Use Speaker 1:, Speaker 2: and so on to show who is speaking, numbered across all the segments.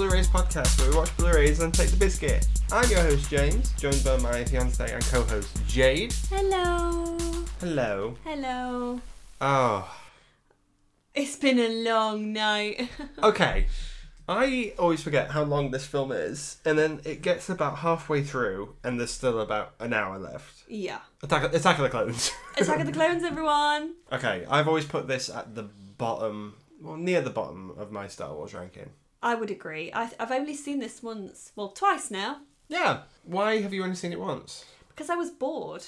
Speaker 1: podcast where we watch Blu-rays and take the biscuit. I'm your host James, joined by my fiance and co-host Jade.
Speaker 2: Hello.
Speaker 1: Hello.
Speaker 2: Hello.
Speaker 1: Oh,
Speaker 2: It's been a long night.
Speaker 1: okay. I always forget how long this film is, and then it gets about halfway through, and there's still about an hour left.
Speaker 2: yeah.
Speaker 1: Attack, Attack of the Clones.
Speaker 2: Attack of the Clones, everyone.
Speaker 1: okay, I've always put this at the bottom, well, near the bottom of my Star Wars ranking.
Speaker 2: I would agree. I th- I've only seen this once, well, twice now,
Speaker 1: Yeah. Why have you only seen it once?
Speaker 2: because I was bored.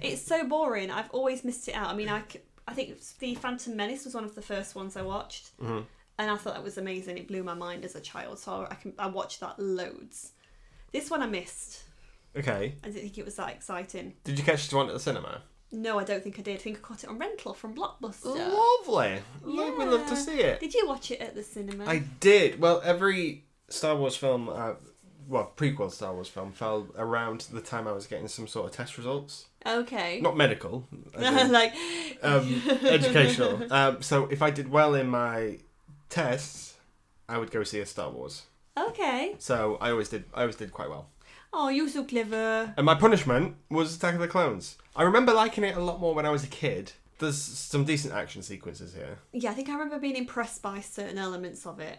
Speaker 2: it's so boring. I've always missed it out. I mean, I, c- I think it's- the Phantom Menace was one of the first ones I watched, and I thought that was amazing. It blew my mind as a child, so I can I watched that loads. This one I missed.
Speaker 1: Okay.
Speaker 2: I didn't think it was that exciting.
Speaker 1: Did you catch the one at the cinema?
Speaker 2: No, I don't think I did. I think I caught it on rental from Blockbuster.
Speaker 1: Lovely. Lo- We'd love to
Speaker 2: Yeah.
Speaker 1: see it.
Speaker 2: Did you watch it at the cinema?
Speaker 1: I did. Well, every Star Wars film, uh, well, prequel Star Wars film, fell around the time I was getting some sort of test results.
Speaker 2: Okay.
Speaker 1: Not medical, as in,
Speaker 2: like
Speaker 1: um, educational. Um, so if I did well in my tests, I would go see a Star Wars.
Speaker 2: okay.
Speaker 1: So I always did. I always did quite well.
Speaker 2: Oh, you're so clever.
Speaker 1: And my punishment was Attack of the Clones. I remember liking it a lot more when I was a kid. There's some decent action sequences here.
Speaker 2: Yeah, I think I remember being impressed by certain elements of it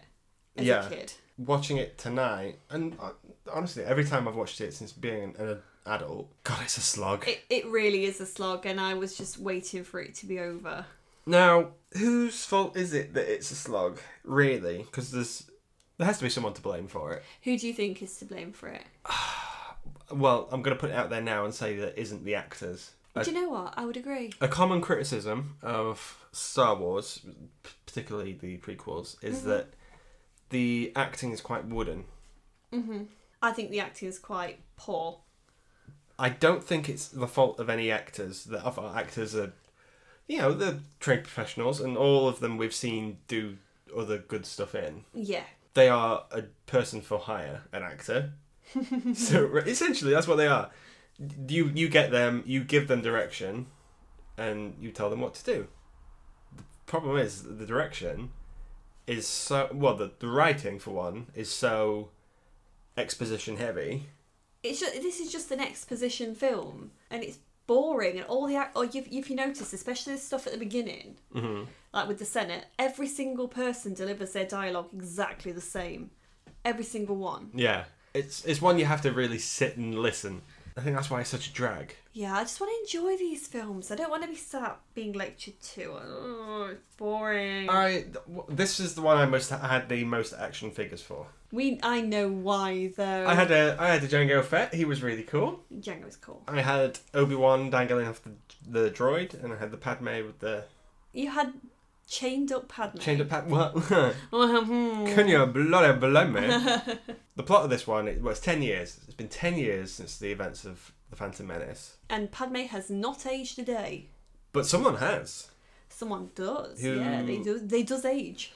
Speaker 2: as
Speaker 1: Yeah.
Speaker 2: a kid.
Speaker 1: Watching it tonight, and uh, honestly, every time I've watched it since being an, an adult, God, it's a slog.
Speaker 2: It it really is a slog, and I was just waiting for it to be over.
Speaker 1: Now, whose fault is it that it's a slog, really? Because there's there has to be someone to blame for it.
Speaker 2: Who do you think is to blame for it?
Speaker 1: Well, I'm going to put it out there now and say that it isn't the actors. I-
Speaker 2: do you know what? I would agree.
Speaker 1: A common criticism of Star Wars, p- particularly the prequels, is that the acting is quite wooden.
Speaker 2: I think the acting is quite poor.
Speaker 1: I don't think it's the fault of any actors. The other actors are, you know, they're trained professionals, and all of them we've seen do other good stuff in.
Speaker 2: Yeah.
Speaker 1: They are a person for hire, an actor. so re- essentially, that's what they are. You you get them, you give them direction, and you tell them what to do. The problem is the direction is so well the, the writing for one is so exposition heavy.
Speaker 2: It's just, this is just an exposition film, and it's boring. And all the act, or you've, if you notice, especially the stuff at the beginning,
Speaker 1: Mm-hmm.
Speaker 2: like with the Senate, every single person delivers their dialogue exactly the same. Every single one.
Speaker 1: Yeah, it's it's one you have to really sit and listen. I think that's why it's such a drag.
Speaker 2: Yeah, I just want to enjoy these films. I don't want to be sat being lectured to. Oh, it's boring.
Speaker 1: I w- this is the one I most I had the most action figures for.
Speaker 2: we, I know why though.
Speaker 1: I had a I had a Django Fett. He was really cool.
Speaker 2: Django is cool.
Speaker 1: I had Obi Wan dangling off the the droid, and I had the Padme with the
Speaker 2: You had chained up Padme.
Speaker 1: chained up Padme. What?
Speaker 2: hmm
Speaker 1: Can you bloody blame me? the plot of this one it was ten years. It's been ten years since the events of the Phantom Menace,
Speaker 2: And Padme has not aged a day.
Speaker 1: but someone has.
Speaker 2: Someone does.
Speaker 1: Who-
Speaker 2: Yeah, they do. They does age.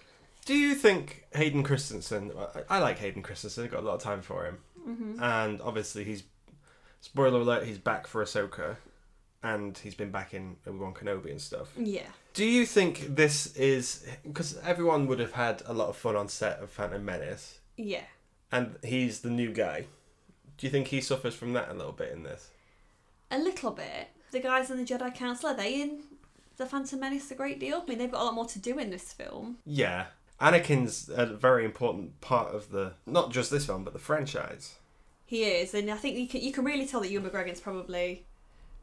Speaker 1: Do you think Hayden Christensen? I- I like Hayden Christensen. I've got a lot of time for him,
Speaker 2: Mm-hmm.
Speaker 1: and obviously he's spoiler alert. He's back for Ahsoka, and he's been back in Obi Wan Kenobi and stuff.
Speaker 2: Yeah.
Speaker 1: Do you think this is because everyone would have had a lot of fun on set of Phantom Menace,
Speaker 2: Yeah.
Speaker 1: and he's the new guy? Do you think he suffers from that a little bit in this?
Speaker 2: A little bit. The guys in the Jedi Council, are they in The Phantom Menace a great deal? I mean, they've got a lot more to do in this film.
Speaker 1: Yeah, Anakin's a very important part of the not just this film but the franchise.
Speaker 2: He is, and I think you can, you can really tell that Ewan McGregor's probably.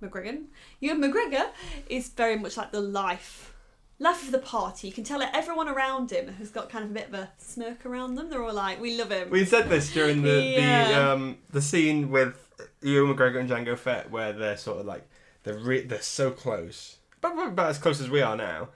Speaker 2: McGregor? Ewan McGregor is very much like the life. Life of the party. You can tell that everyone around him has got kind of a bit of a smirk around them. They're all like, we love him.
Speaker 1: We said this during the the
Speaker 2: Yeah.
Speaker 1: um, the scene with Ewan McGregor and Django Fett, where they're sort of like they're re- they're so close, but we're about as close as we are now,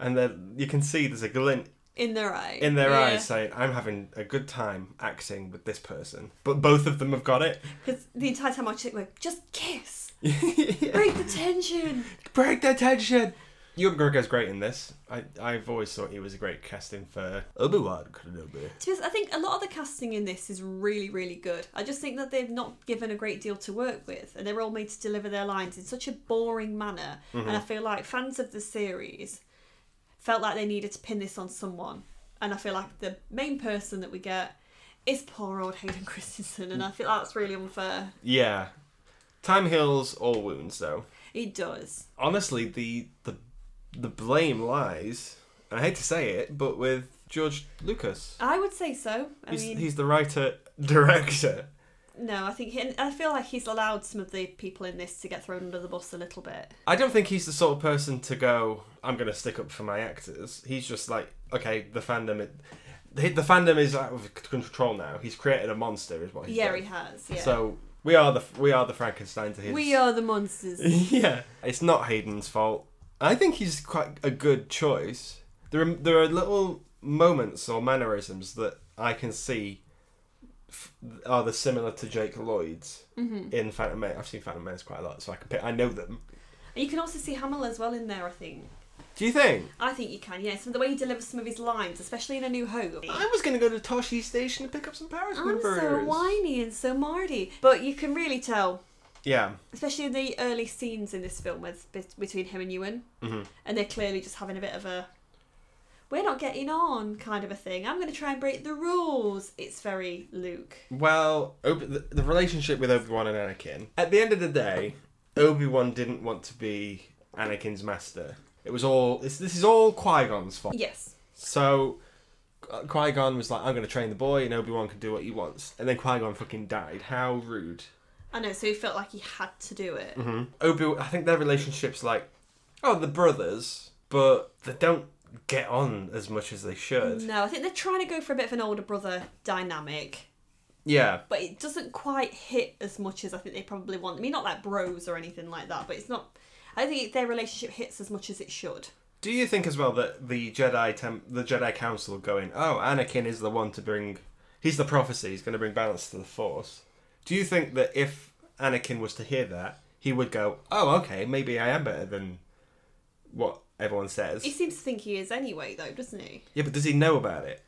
Speaker 1: and then you can see there's a glint
Speaker 2: in their eye.
Speaker 1: in their
Speaker 2: Yeah.
Speaker 1: eyes saying, "I'm having a good time acting with this person," but both of them have got it.
Speaker 2: Because the entire time I was like, just kiss.
Speaker 1: Yeah.
Speaker 2: Break the tension.
Speaker 1: Break the tension. Ewan McGregor's great in this. I I've always thought he was a great casting for Obi Wan Kenobi.
Speaker 2: To be honest, I think a lot of the casting in this is really, really good. I just think that they've not given a great deal to work with, and they're all made to deliver their lines in such a boring manner. And I
Speaker 1: Mm-hmm.
Speaker 2: feel like fans of the series felt like they needed to pin this on someone. And I feel like the main person that we get is poor old Hayden Christensen, and I feel that's really unfair.
Speaker 1: Yeah. Time heals all wounds, though.
Speaker 2: It does.
Speaker 1: Honestly, the the the blame lies. and I hate to say it, but with George Lucas,
Speaker 2: I would say so. I
Speaker 1: he's,
Speaker 2: mean,
Speaker 1: he's the writer director.
Speaker 2: no, I think he, and I feel like he's allowed some of the people in this to get thrown under the bus a little bit.
Speaker 1: I don't think he's the sort of person to go. I'm gonna stick up for my actors. He's just like, okay, the fandom. It, the the fandom is out of c- control now. He's created a monster, is what he's
Speaker 2: yeah,
Speaker 1: done.
Speaker 2: he has. Yeah.
Speaker 1: So we are the we are the Frankenstein to his.
Speaker 2: we are the monsters.
Speaker 1: yeah, it's not Hayden's fault. I think he's quite a good choice. There are there are little moments or mannerisms that I can see f- are the similar to Jake Lloyd's
Speaker 2: hmm
Speaker 1: in Phantom Menace. I've seen Phantom Menace quite a lot, so I can pick, I know them.
Speaker 2: And you can also see Hamill as well in there. I think.
Speaker 1: Do you think?
Speaker 2: I think you can. Yeah. Some the way he delivers some of his lines, especially in A New Hope.
Speaker 1: I was gonna go to Toshi Station to pick up some Paris
Speaker 2: I'm so
Speaker 1: burgers.
Speaker 2: whiny and so Marty, but you can really tell,
Speaker 1: Yeah.
Speaker 2: especially in the early scenes in this film with bet- between him and Ewan.
Speaker 1: hmm
Speaker 2: and they're clearly just having a bit of a we're not getting on kind of a thing i'm going to try and break the rules it's very luke
Speaker 1: Well, Obi- the, the relationship with Obi Wan and Anakin. At the end of the day, Obi Wan didn't want to be Anakin's master. It was all this. This is all Qui Gon's fault.
Speaker 2: yes
Speaker 1: So Qui Gon was like, "I'm going to train the boy, and Obi Wan can do what he wants." And then Qui Gon fucking died. How rude.
Speaker 2: i know so he felt like he had to do it
Speaker 1: Mm-hmm. Obi, I think their relationship's like, oh, the brothers, but they don't get on as much as they should.
Speaker 2: no i think they're trying to go for a bit of an older brother dynamic
Speaker 1: Yeah.
Speaker 2: but it doesn't quite hit as much as i think they probably want i mean not like bros or anything like that but it's not i don't think their relationship hits as much as it should
Speaker 1: Do you think as well that the Jedi tem- the Jedi Council going, oh, Anakin is the one to bring, he's the prophecy, he's going to bring balance to the Force. Do you think that if Anakin was to hear that, he would go, oh, okay, maybe I am better than what everyone says?
Speaker 2: he seems to think he is anyway though doesn't he
Speaker 1: yeah, but does he know about it?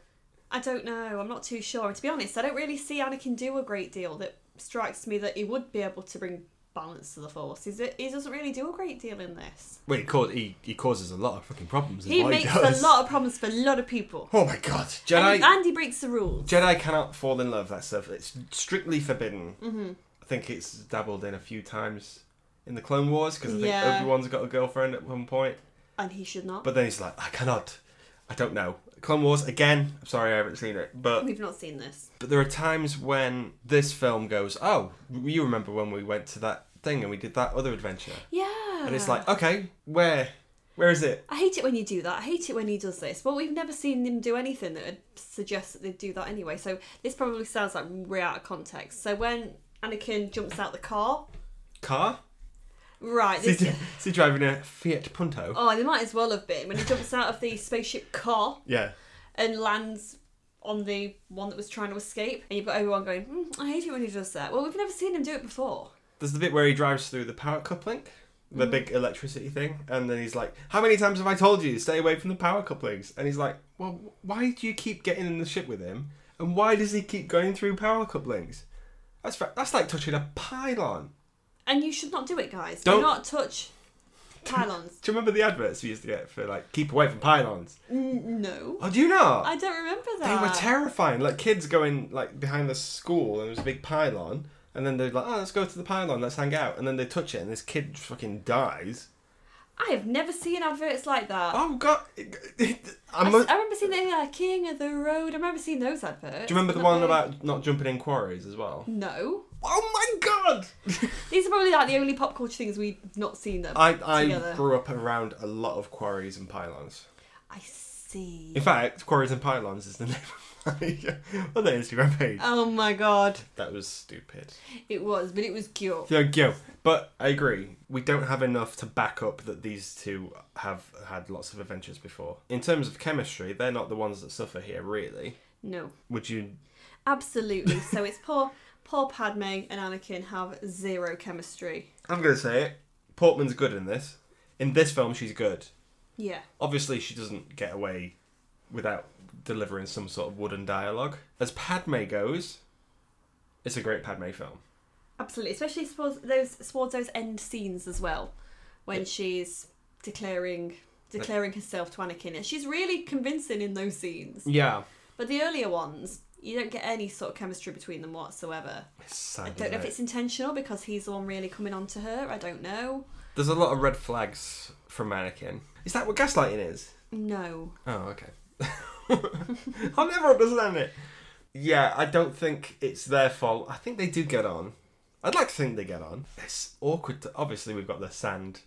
Speaker 2: I don't know. I'm not too sure. And to be honest, I don't really see Anakin do a great deal that strikes me that he would be able to bring balance to the Force. Is it? He doesn't really do a great deal in this.
Speaker 1: Well, he, cause- he, he causes a lot of fucking problems. is
Speaker 2: He
Speaker 1: what
Speaker 2: makes
Speaker 1: does.
Speaker 2: a lot of problems for a lot of people.
Speaker 1: Oh my god,
Speaker 2: And,
Speaker 1: Jedi
Speaker 2: and he breaks the rules.
Speaker 1: Jedi cannot fall in love. That stuff it's strictly forbidden.
Speaker 2: Mm-hmm.
Speaker 1: I think it's dabbled in a few times in the Clone Wars because I think
Speaker 2: Yeah.
Speaker 1: Obi Wan's got a girlfriend at one point,
Speaker 2: And he should not.
Speaker 1: but then he's like, I cannot. I don't know. Clone Wars again. I'm sorry, I haven't seen it, but
Speaker 2: We've not seen this.
Speaker 1: but there are times when this film goes, oh, you remember when we went to that thing and we did that other adventure,
Speaker 2: Yeah.
Speaker 1: and
Speaker 2: Uh-huh.
Speaker 1: it's like, okay, where, where is it?
Speaker 2: I hate it when you do that. I hate it when he does this. Well, we've never seen him do anything that would suggest that they'd do that anyway. So this probably sounds like we're out of context. So when Anakin jumps out the car,
Speaker 1: Car?
Speaker 2: right?
Speaker 1: Is
Speaker 2: This,
Speaker 1: he, is he driving a Fiat Punto?
Speaker 2: Oh, they might as well have been when he jumps out of the spaceship car
Speaker 1: Yeah.
Speaker 2: and lands on the one that was trying to escape, and you've got everyone going, mm, "I hate it when he does that." Well, we've never seen him do it before.
Speaker 1: There's the bit where he drives through the power coupling, the big electricity thing, and then he's like, "How many times have I told you stay away from the power couplings?" And he's like, "Well, why do you keep getting in the ship with him, and why does he keep going through power couplings?" That's fa- that's like touching a pylon.
Speaker 2: And you should not do it, guys.
Speaker 1: Don't-
Speaker 2: Do not touch pylons.
Speaker 1: Do you remember the adverts we used to get for like keep away from pylons?
Speaker 2: N- no,
Speaker 1: Oh, do you not?
Speaker 2: I don't remember
Speaker 1: They
Speaker 2: that.
Speaker 1: were terrifying. Like kids going like behind the school, and there was a big pylon, and then they're like, "Oh, let's go to the pylon, let's hang out," and then they touch it, and this kid fucking dies.
Speaker 2: I have never seen adverts like that.
Speaker 1: Oh god!
Speaker 2: I,
Speaker 1: I
Speaker 2: s-
Speaker 1: must.
Speaker 2: I remember seeing the uh, King of the Road. I remember seeing those adverts.
Speaker 1: Do you remember the
Speaker 2: Not
Speaker 1: one
Speaker 2: really-
Speaker 1: about not jumping in quarries as well?
Speaker 2: No,
Speaker 1: Oh my god!
Speaker 2: these are probably like the only pop culture things we've not seen them.
Speaker 1: I, I
Speaker 2: Together.
Speaker 1: grew up around a lot of quarries and pylons.
Speaker 2: I see.
Speaker 1: In fact, quarries and pylons is the name of my other Instagram page.
Speaker 2: Oh my god,
Speaker 1: That was stupid.
Speaker 2: it was, but it was cute.
Speaker 1: Thank you. But I agree. We don't have enough to back up that these two have had lots of adventures before. In terms of chemistry, they're not the ones that suffer here, really.
Speaker 2: No,
Speaker 1: Would you?
Speaker 2: absolutely. so it's poor, poor Padme and Anakin have zero chemistry.
Speaker 1: I'm gonna say it. Portman's good in this. In this film, she's good.
Speaker 2: Yeah,
Speaker 1: obviously she doesn't get away without delivering some sort of wooden dialogue. As Padme goes, it's a great Padme film.
Speaker 2: absolutely. Especially towards those towards those end scenes as well, when she's declaring declaring herself to Anakin, and she's really convincing in those scenes.
Speaker 1: Yeah.
Speaker 2: But the earlier ones, you don't get any sort of chemistry between them whatsoever.
Speaker 1: It's
Speaker 2: I
Speaker 1: sad.
Speaker 2: don't know
Speaker 1: isn't
Speaker 2: if
Speaker 1: it?
Speaker 2: it's intentional because he's the one really coming on to her. I don't know.
Speaker 1: There's a lot of red flags from Mannequin. Is that what gaslighting is?
Speaker 2: No.
Speaker 1: Oh, okay. I'll never understand it. Yeah, I don't think it's their fault. I think they do get on. I'd like to think they get on. It's awkward. To, obviously, we've got the sand.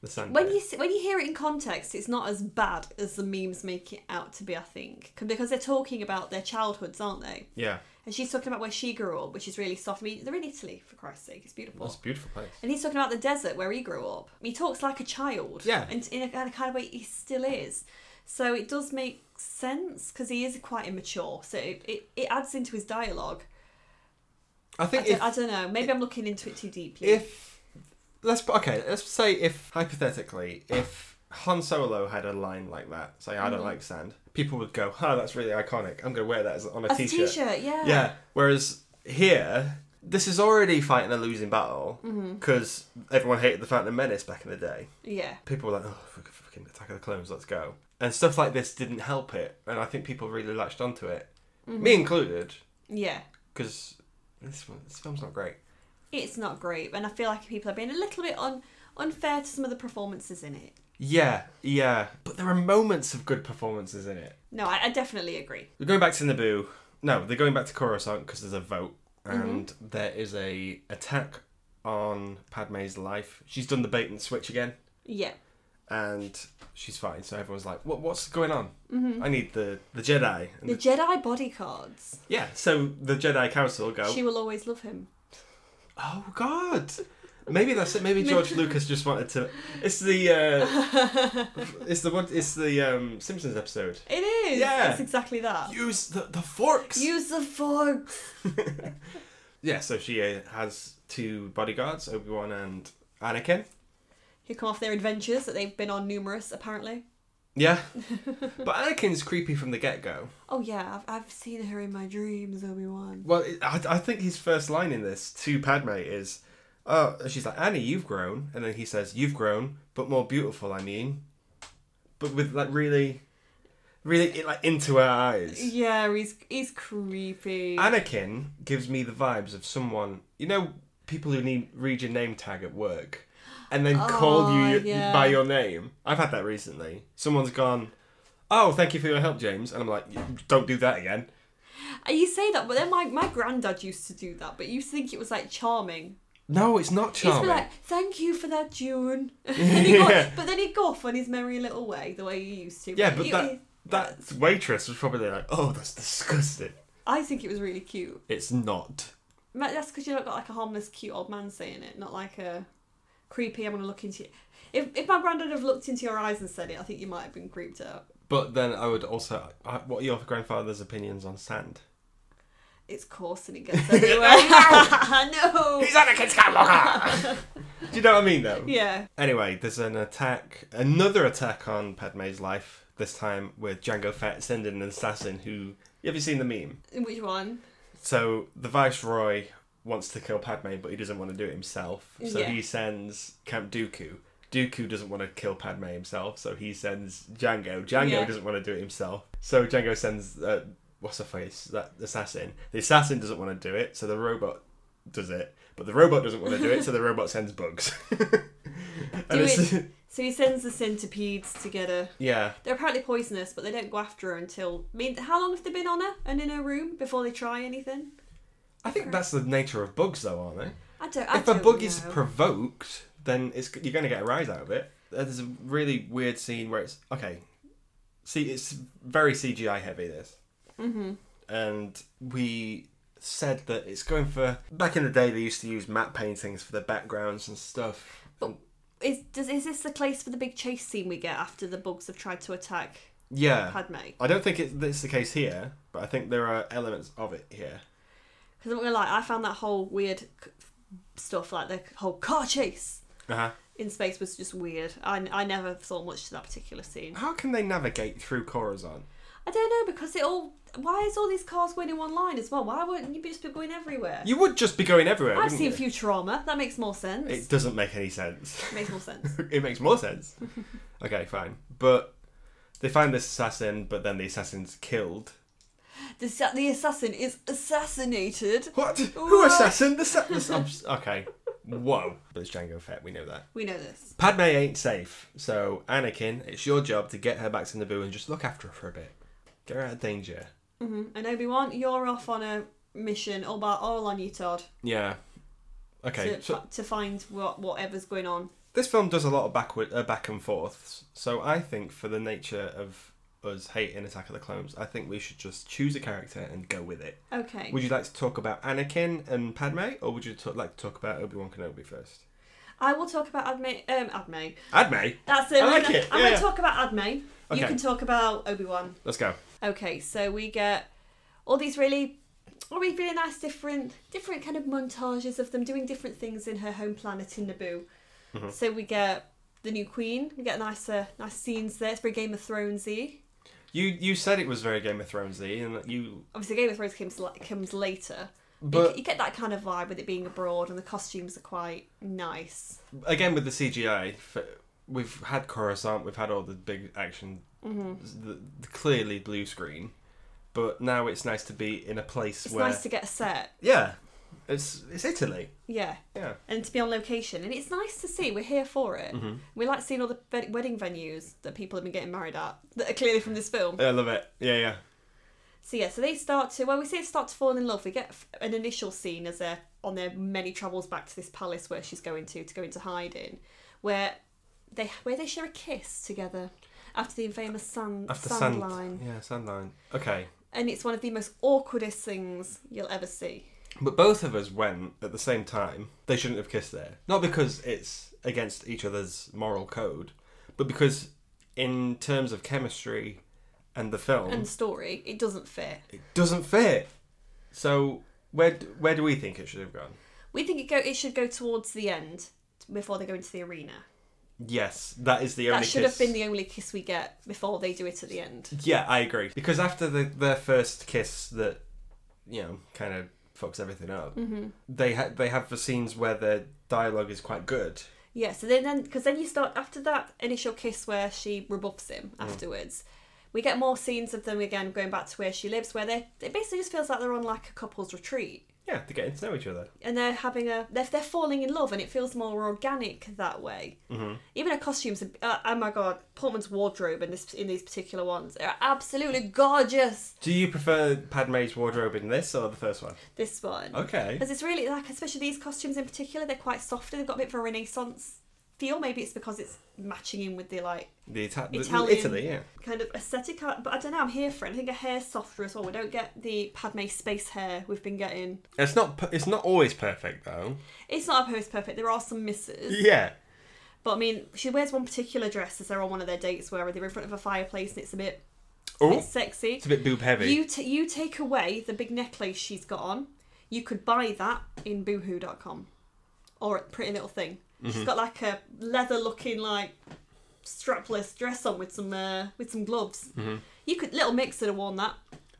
Speaker 1: The sand.
Speaker 2: When
Speaker 1: bit.
Speaker 2: you s- when you hear it in context, it's not as bad as the memes make it out to be. I think 'Cause- because they're talking about their childhoods, aren't they?
Speaker 1: yeah,
Speaker 2: And she's talking about where she grew up, which is really soft. I mean, they're in Italy for Christ's sake. It's beautiful.
Speaker 1: that's a beautiful place.
Speaker 2: And he's talking about the desert where he grew up. He talks like a child.
Speaker 1: Yeah.
Speaker 2: And in a kind of, kind of way, he still is. So it does make sense because he is quite immature. So it, it, it adds into his dialogue.
Speaker 1: I
Speaker 2: I
Speaker 1: think
Speaker 2: don't,
Speaker 1: if,
Speaker 2: I don't know. Maybe I'm looking into it too deeply.
Speaker 1: if let's okay, let's say if hypothetically, if Han Solo had a line like that, say I don't like sand, people would go, "Huh, that's really iconic. I'm going to wear that as, on a
Speaker 2: As a
Speaker 1: t-shirt."
Speaker 2: t-shirt, yeah.
Speaker 1: Yeah. Whereas here, this is already fighting a losing battle because everyone hated the Phantom Menace back in the day.
Speaker 2: Yeah.
Speaker 1: People were like, "Oh, fuck- fucking Attack of the Clones, let's go!" And stuff like this didn't help it, and I think people really latched onto it, me included,
Speaker 2: Yeah.
Speaker 1: because this one, this film's not great.
Speaker 2: It's not great. And I feel like people are being a little bit un, unfair to some of the performances in it.
Speaker 1: Yeah, yeah, but there are moments of good performances in it.
Speaker 2: No, I, I definitely agree.
Speaker 1: They're going back to Naboo. No, they're going back to Coruscant because there's a vote
Speaker 2: Mm-hmm.
Speaker 1: and there is a attack on Padme's life. She's done the bait and switch again,
Speaker 2: Yeah.
Speaker 1: and she's fine. So everyone's like, "What? What's going on? I need the the Jedi." And
Speaker 2: Mm-hmm. The Jedi body cards.
Speaker 1: yeah, so the Jedi Council go,
Speaker 2: She will always love him.
Speaker 1: "Oh God." Maybe that's it. Maybe George Lucas just wanted to. It's the. Uh, it's the one. It's the um, Simpsons episode.
Speaker 2: It is.
Speaker 1: Yeah.
Speaker 2: It's exactly that.
Speaker 1: Use the the forks.
Speaker 2: Use the fork.
Speaker 1: Yeah, so she uh, has two bodyguards, Obi Wan and Anakin.
Speaker 2: who come off their adventures that they've been on numerous, apparently.
Speaker 1: Yeah, but Anakin's creepy from the get go.
Speaker 2: Oh yeah, I've, I've seen her in my dreams, Obi Wan.
Speaker 1: Well, it, I, I think his first line in this to Padme is, "Oh, and she's like Annie, you've grown," and then he says, "You've grown, but more beautiful." I mean, but with like really, really it, like into her eyes.
Speaker 2: Yeah, he's he's creepy.
Speaker 1: Anakin gives me the vibes of someone you know, people who need read your name tag at work, and then call
Speaker 2: Oh,
Speaker 1: you
Speaker 2: yeah.
Speaker 1: by your name. I've had that recently. Someone's gone, "Oh, thank you for your help, James," and I'm like, "Don't do that again."
Speaker 2: Uh, you say that, but then my my granddad used to do that. But you think it was like charming.
Speaker 1: No, it's not
Speaker 2: He'd be
Speaker 1: charming.
Speaker 2: like, "Thank you for that, June." and he'd go-
Speaker 1: Yeah.
Speaker 2: But then he'd go off on his merry little way, the way he used to.
Speaker 1: yeah, but
Speaker 2: you-
Speaker 1: that that waitress was probably like, "Oh, that's disgusting."
Speaker 2: I think it was really cute.
Speaker 1: It's not.
Speaker 2: Ma- That's because you've not got like a harmless, cute old man saying it, not like a creepy. I'm gonna look into. You. If if my granddad had looked into your eyes and said it, I think you might have been creeped out.
Speaker 1: But then I would also. I, what are your grandfather's opinions on sand?
Speaker 2: It's coarse and it gets everywhere. no.
Speaker 1: Anakin Skywalker. do you know what I mean, though?
Speaker 2: Yeah.
Speaker 1: Anyway, there's an attack, another attack on Padme's life. This time with Django Fett sending an assassin who. Have you seen the meme?
Speaker 2: Which one?
Speaker 1: So the Viceroy wants to kill Padme, but he doesn't want to do it himself. So
Speaker 2: Yeah.
Speaker 1: he sends Count Dooku. Dooku doesn't want to kill Padme himself, so he sends Django. Django
Speaker 2: Yeah.
Speaker 1: doesn't want to do it himself, so Django sends uh, what's her face that assassin. The assassin doesn't want to do it, so the robot does it. But the robot doesn't want to do it, so the robot sends bugs. and
Speaker 2: Do
Speaker 1: it's,
Speaker 2: So he sends the centipedes together.
Speaker 1: yeah,
Speaker 2: They're apparently poisonous, but they don't go after her until. I mean, how long have they been on her and in her room before they try anything?
Speaker 1: I think that's the nature of bugs, though, aren't they?
Speaker 2: I don't. I
Speaker 1: if a
Speaker 2: don't
Speaker 1: bug
Speaker 2: know.
Speaker 1: is provoked, then it's you're going to get a rise out of it. Uh, There's a really weird scene where it's okay. See, it's very CGI heavy. This, mm-hmm. and we said that it's going for. Back in the day, they used to use matte paintings for the backgrounds and stuff.
Speaker 2: But is does is this the place for the big chase scene we get after the bugs have tried to attack
Speaker 1: Yeah,
Speaker 2: Padme?
Speaker 1: I don't think it's, it's the case here, but I think there are elements of it here.
Speaker 2: Because I'm not gonna lie, I found that whole weird c- stuff like the whole car chase
Speaker 1: Uh huh.
Speaker 2: in space was just weird. I I never saw much to that particular scene.
Speaker 1: How can they navigate through Coruscant?
Speaker 2: I don't know because it all. Why is all these cars going in one line as well? Why wouldn't you just be going everywhere?
Speaker 1: You would just be going everywhere.
Speaker 2: I've
Speaker 1: wouldn't
Speaker 2: seen
Speaker 1: you?
Speaker 2: Futurama. That makes more sense.
Speaker 1: It doesn't make any sense.
Speaker 2: makes more sense.
Speaker 1: it makes more sense. okay, fine. But they find this assassin, but then the assassin's killed.
Speaker 2: the sa- the assassin is assassinated.
Speaker 1: What? Who
Speaker 2: What?
Speaker 1: assassin? The sa- the s- I'm s- okay. Whoa. But it's Django Fett. We know that.
Speaker 2: We know this.
Speaker 1: Padme ain't safe, so Anakin, it's your job to get her back to Naboo and just look after her for a bit. Get her out of danger.
Speaker 2: hmm And Obi Wan, you're off on a mission all by all on you, Todd,
Speaker 1: Yeah. Okay.
Speaker 2: to,
Speaker 1: So
Speaker 2: fi- to find what whatever's going on.
Speaker 1: this film does a lot of backward, uh, back and forths. So I think for the nature of us hating Attack of the Clones, I think we should just choose a character and go with it.
Speaker 2: Okay.
Speaker 1: Would you like to talk about Anakin and Padme, or would you t- like to talk about Obi Wan Kenobi first?
Speaker 2: I will talk about Adme. Um, Adme.
Speaker 1: Padme.
Speaker 2: That's it.
Speaker 1: I
Speaker 2: I'm
Speaker 1: like
Speaker 2: gonna-
Speaker 1: it,
Speaker 2: I'm
Speaker 1: yeah.
Speaker 2: going to talk about Adme.
Speaker 1: Okay.
Speaker 2: You can talk about Obi Wan.
Speaker 1: Let's go.
Speaker 2: Okay, so we get all these really, all these really nice different, different kind of montages of them doing different things in her home planet in Naboo.
Speaker 1: Mhm.
Speaker 2: So we get the new queen. We get nicer, nice scenes there. It's very Game of Thronesy.
Speaker 1: You you said it was very Game of Thronesy, and you
Speaker 2: Obviously, Game of Thrones comes la- comes later. But you,
Speaker 1: but
Speaker 2: get- you get that kind of vibe with it being abroad, and the costumes are quite nice.
Speaker 1: again with the CGI, f- we've had Coruscant, we've had all the big action,
Speaker 2: Mm-hmm.
Speaker 1: the, the clearly blue screen, but now it's nice to be in a place
Speaker 2: It's
Speaker 1: where
Speaker 2: nice to get a set.
Speaker 1: yeah, it's it's Italy,
Speaker 2: Yeah.
Speaker 1: yeah,
Speaker 2: and to be on location. And it's nice to see. We're here for it.
Speaker 1: Mm-hmm.
Speaker 2: We like seeing all the ve- wedding venues that people have been getting married at that are clearly from this film.
Speaker 1: I love it, yeah, yeah,
Speaker 2: So yeah, so they start to well, we see they start to fall in love. We get f- an initial scene as they're on their many travels back to this palace where she's going to to go into hiding, where they where they share a kiss together. After the infamous sand,
Speaker 1: after
Speaker 2: sand,
Speaker 1: sand,
Speaker 2: line.
Speaker 1: yeah, sandline, okay,
Speaker 2: And it's one of the most awkwardest things you'll ever see.
Speaker 1: but both of us went at the same time. They shouldn't have kissed there, not because it's against each other's moral code, but because in terms of chemistry and the film
Speaker 2: And story, it doesn't fit.
Speaker 1: it doesn't fit. So where d- where do we think it should have gone?
Speaker 2: We think it go it should go towards the end before they go into the arena.
Speaker 1: Yes, that is the only.
Speaker 2: That should
Speaker 1: kiss.
Speaker 2: have been the only kiss we get before they do it at the end.
Speaker 1: Yeah, I agree. Because after the, their first kiss, that you know, kind of fucks everything up. Mm-hmm. They ha- they have the scenes where the dialogue is quite good.
Speaker 2: Yeah, so then then because then you start after that initial kiss where she rebuffs him
Speaker 1: Mm.
Speaker 2: afterwards. We get more scenes of them again going back to where she lives, where they it basically just feels like they're on like a couple's retreat
Speaker 1: Yeah, they're getting to know each other.
Speaker 2: and they're having a they're, they're falling in love and it feels more organic that way.
Speaker 1: Mhm.
Speaker 2: Even her costumes, are- uh, oh my god, Portman's wardrobe in this in these particular ones are absolutely gorgeous.
Speaker 1: Do you prefer Padme's wardrobe in this or the first one?
Speaker 2: This one.
Speaker 1: Okay.
Speaker 2: Because it's really like, especially these costumes in particular, they're quite soft and they've got a bit of a Renaissance feel. Maybe it's because it's matching in with the like
Speaker 1: The, Ita- the-
Speaker 2: Italian.
Speaker 1: Italy, yeah.
Speaker 2: kind of aesthetic. I- But I don't know. I'm here for it. I think her hair's softer as well. We don't get the Padme space hair we've been getting.
Speaker 1: It's not per- it's not always perfect though.
Speaker 2: It's not a post perfect. There are some misses.
Speaker 1: Yeah.
Speaker 2: But I mean, she wears one particular dress as they're on one of their dates where they're in front of a fireplace and it's a bit,
Speaker 1: Oh,
Speaker 2: it's sexy.
Speaker 1: it's a bit boob heavy.
Speaker 2: You t- you take away the big necklace she's got on. You could buy that in boohoo.com or at Pretty Little Thing. She's got like a leather looking like strapless dress on with some uh, with some gloves. You could Little Mix would have worn that.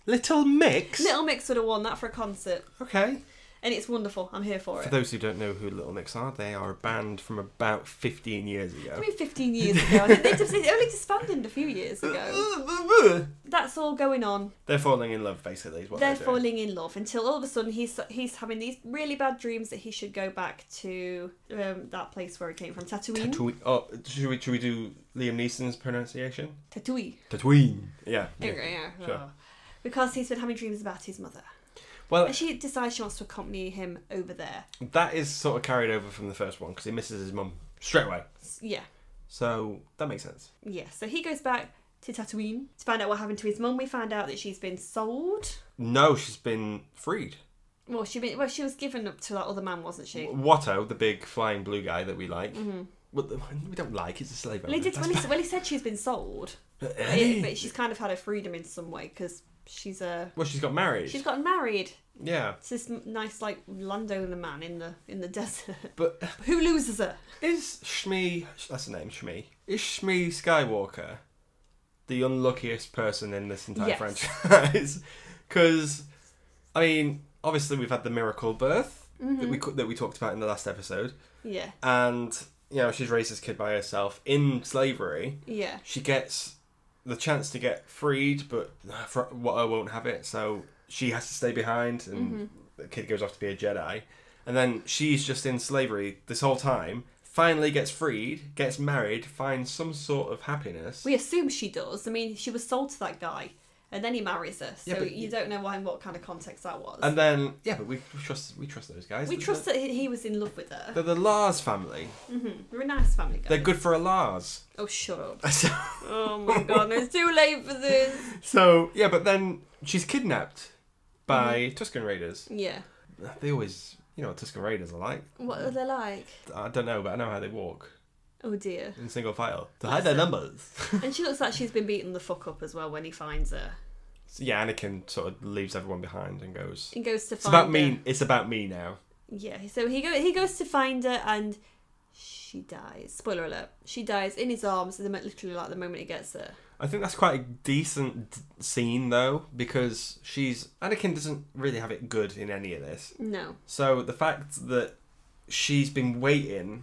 Speaker 1: Little Mix.
Speaker 2: Little Mix would have worn that for a concert.
Speaker 1: Okay.
Speaker 2: And it's wonderful. I'm here for
Speaker 1: For
Speaker 2: it.
Speaker 1: those who don't know who Little Mix are, they are a band from about 15 years
Speaker 2: I
Speaker 1: ago.
Speaker 2: mean, 15 years ago. I think they, just, they only disbanded a few years ago. That's all going on.
Speaker 1: They're falling in love, basically, is what
Speaker 2: they're
Speaker 1: they're, doing.
Speaker 2: falling in love until all of a sudden he's he's having these really bad dreams that he should go back to um, that place where he came from, Tatooine.
Speaker 1: Tatooine. Oh, should we, should we do Liam Neeson's pronunciation?
Speaker 2: Tatooine.
Speaker 1: Tatooine. Yeah. yeah.
Speaker 2: Anyway, yeah.
Speaker 1: Sure.
Speaker 2: Because he's been having dreams about his mother,
Speaker 1: Well,
Speaker 2: and she decides she wants to accompany him over there.
Speaker 1: that is sort of carried over from the first one because he misses his mum straight away.
Speaker 2: S- Yeah,
Speaker 1: So that makes sense.
Speaker 2: yeah. So he goes back to Tatooine to find out what happened to his mum. We find out that she's been sold.
Speaker 1: No, she's been freed.
Speaker 2: Well, she been, well she was given up to that other man, wasn't she? Mm-hmm.
Speaker 1: Watto, the big flying blue guy that we like. Well, the- we don't like, it's a slave
Speaker 2: Well, he,
Speaker 1: owner.
Speaker 2: did,
Speaker 1: That's
Speaker 2: well, he, well, he said she's been sold,
Speaker 1: bad.
Speaker 2: Yeah, but she's kind of had her freedom in some way because she's a
Speaker 1: Well, she's got married.
Speaker 2: She's gotten married
Speaker 1: Yeah.
Speaker 2: to this m- nice like landowner man in the in the desert.
Speaker 1: But
Speaker 2: Who loses her?
Speaker 1: Is Shmi, that's the name, Shmi, is Shmi Skywalker the unluckiest person in this entire
Speaker 2: Yes.
Speaker 1: franchise? Because, I mean, obviously we've had the miracle birth that,
Speaker 2: Mm-hmm.
Speaker 1: we, co- that we talked about in the last episode,
Speaker 2: Yeah,
Speaker 1: and, you know, she's raised this kid by herself in slavery.
Speaker 2: yeah.
Speaker 1: She gets the chance to get freed, but for, Watto won't have it, so she has to stay behind, and
Speaker 2: Mm-hmm.
Speaker 1: the kid goes off to be a Jedi. And then she's just in slavery this whole time, finally gets freed, gets married, finds some sort of happiness.
Speaker 2: We assume she does. I mean, she was sold to that guy, and then he marries her. So
Speaker 1: Yeah, but-
Speaker 2: you don't know why and what kind of context that was.
Speaker 1: and then, yeah, but we trust we trust those guys.
Speaker 2: we
Speaker 1: They're-
Speaker 2: trust that he he was in love with her. Mm-hmm.
Speaker 1: They're the Lars family.
Speaker 2: We're a nice family guy.
Speaker 1: They're good for a Lars.
Speaker 2: Oh, shut up.
Speaker 1: So,
Speaker 2: Oh my god, no, it's too late for this.
Speaker 1: so, yeah, but then she's kidnapped by
Speaker 2: Mm-hmm.
Speaker 1: Tuscan Raiders.
Speaker 2: Yeah.
Speaker 1: They always, you know, what Tuscan Raiders are like.
Speaker 2: What are they like?
Speaker 1: I don't know, but I know how they walk
Speaker 2: Oh dear.
Speaker 1: in single file. To hide their numbers.
Speaker 2: And she looks like she's been beaten the fuck up as well when he finds her.
Speaker 1: So, yeah, Anakin sort of leaves everyone behind and goes.
Speaker 2: He goes to
Speaker 1: It's
Speaker 2: find
Speaker 1: about
Speaker 2: her.
Speaker 1: me. It's about me now.
Speaker 2: Yeah, so he go he goes to find her and she dies. Spoiler alert. She dies in his arms the mo- literally like the moment he gets her.
Speaker 1: I think that's quite a decent d- scene though, because she's Anakin doesn't really have it good in any of this.
Speaker 2: No.
Speaker 1: So the fact that she's been waiting,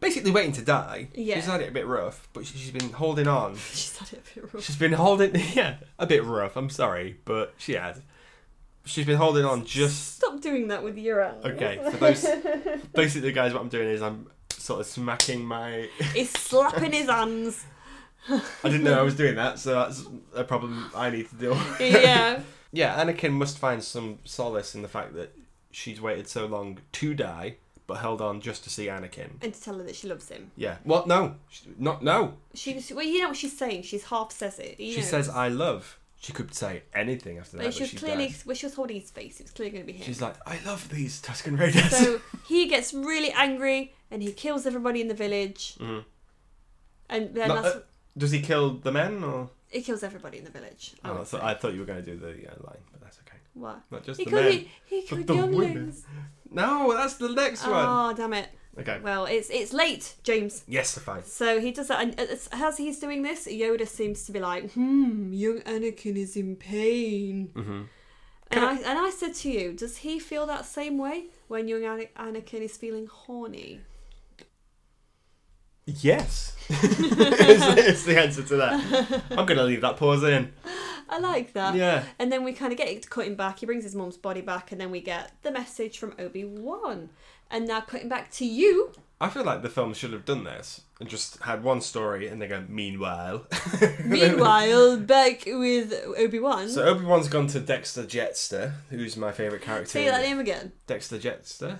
Speaker 1: basically waiting to die.
Speaker 2: Yeah.
Speaker 1: She's had it a bit rough, but she- she's been holding on.
Speaker 2: She's had it a bit rough.
Speaker 1: She's been holding, yeah, a bit rough. I'm sorry, but she had. She's been holding on just
Speaker 2: Stop doing that with your hand.
Speaker 1: Okay, so those basically, guys, what I'm doing is I'm sort of smacking my.
Speaker 2: He's slapping his hands.
Speaker 1: I didn't know I was doing that, so that's a problem I need to deal. with.
Speaker 2: Yeah.
Speaker 1: yeah, Anakin must find some solace in the fact that she's waited so long to die, but held on just to see Anakin.
Speaker 2: and to tell her that she loves him.
Speaker 1: Yeah. What? No. She- Not no.
Speaker 2: She was well, you know what she's saying. She's half says it. You
Speaker 1: she
Speaker 2: know.
Speaker 1: says I love. She could say anything after that,
Speaker 2: But
Speaker 1: but,
Speaker 2: she was
Speaker 1: she
Speaker 2: clearly
Speaker 1: does.
Speaker 2: well, she was holding his face. It was clearly going to be him.
Speaker 1: She's like, I love these Tuscan Raiders.
Speaker 2: So he gets really angry and he kills everybody in the village.
Speaker 1: Mhm.
Speaker 2: And then
Speaker 1: Not-
Speaker 2: that's,
Speaker 1: uh, Does he kill the men or?
Speaker 2: he kills everybody in the village. I
Speaker 1: Oh, I,
Speaker 2: would say.
Speaker 1: thought, I thought you were going to do the uh, line, but that's okay.
Speaker 2: What?
Speaker 1: Not just
Speaker 2: He
Speaker 1: the
Speaker 2: killed,
Speaker 1: men.
Speaker 2: he, he killed
Speaker 1: the women.
Speaker 2: younglings.
Speaker 1: No, that's the next one.
Speaker 2: Oh damn it!
Speaker 1: Okay.
Speaker 2: Well, it's it's late, James.
Speaker 1: Yes, fine.
Speaker 2: So he does that, and it's- as he's doing this, Yoda seems to be like, "Hmm, young Anakin is in pain."
Speaker 1: Mm-hmm.
Speaker 2: And I, and I said to you, does he feel that same way when young Ana- Anakin is feeling horny?
Speaker 1: Yes, it's the answer to that. I'm gonna leave that pause in.
Speaker 2: I like that.
Speaker 1: Yeah,
Speaker 2: And then we kind of get it cutting back. He brings his mum's body back, and then we get the message from Obi Wan. And now cutting back to you.
Speaker 1: I feel like the film should have done this and just had one story, and they go, "Meanwhile."
Speaker 2: Meanwhile, back with Obi Wan.
Speaker 1: so Obi Wan's gone to Dexter Jetster, who's my favorite character.
Speaker 2: Say
Speaker 1: in
Speaker 2: that name again.
Speaker 1: Dexter Jetster.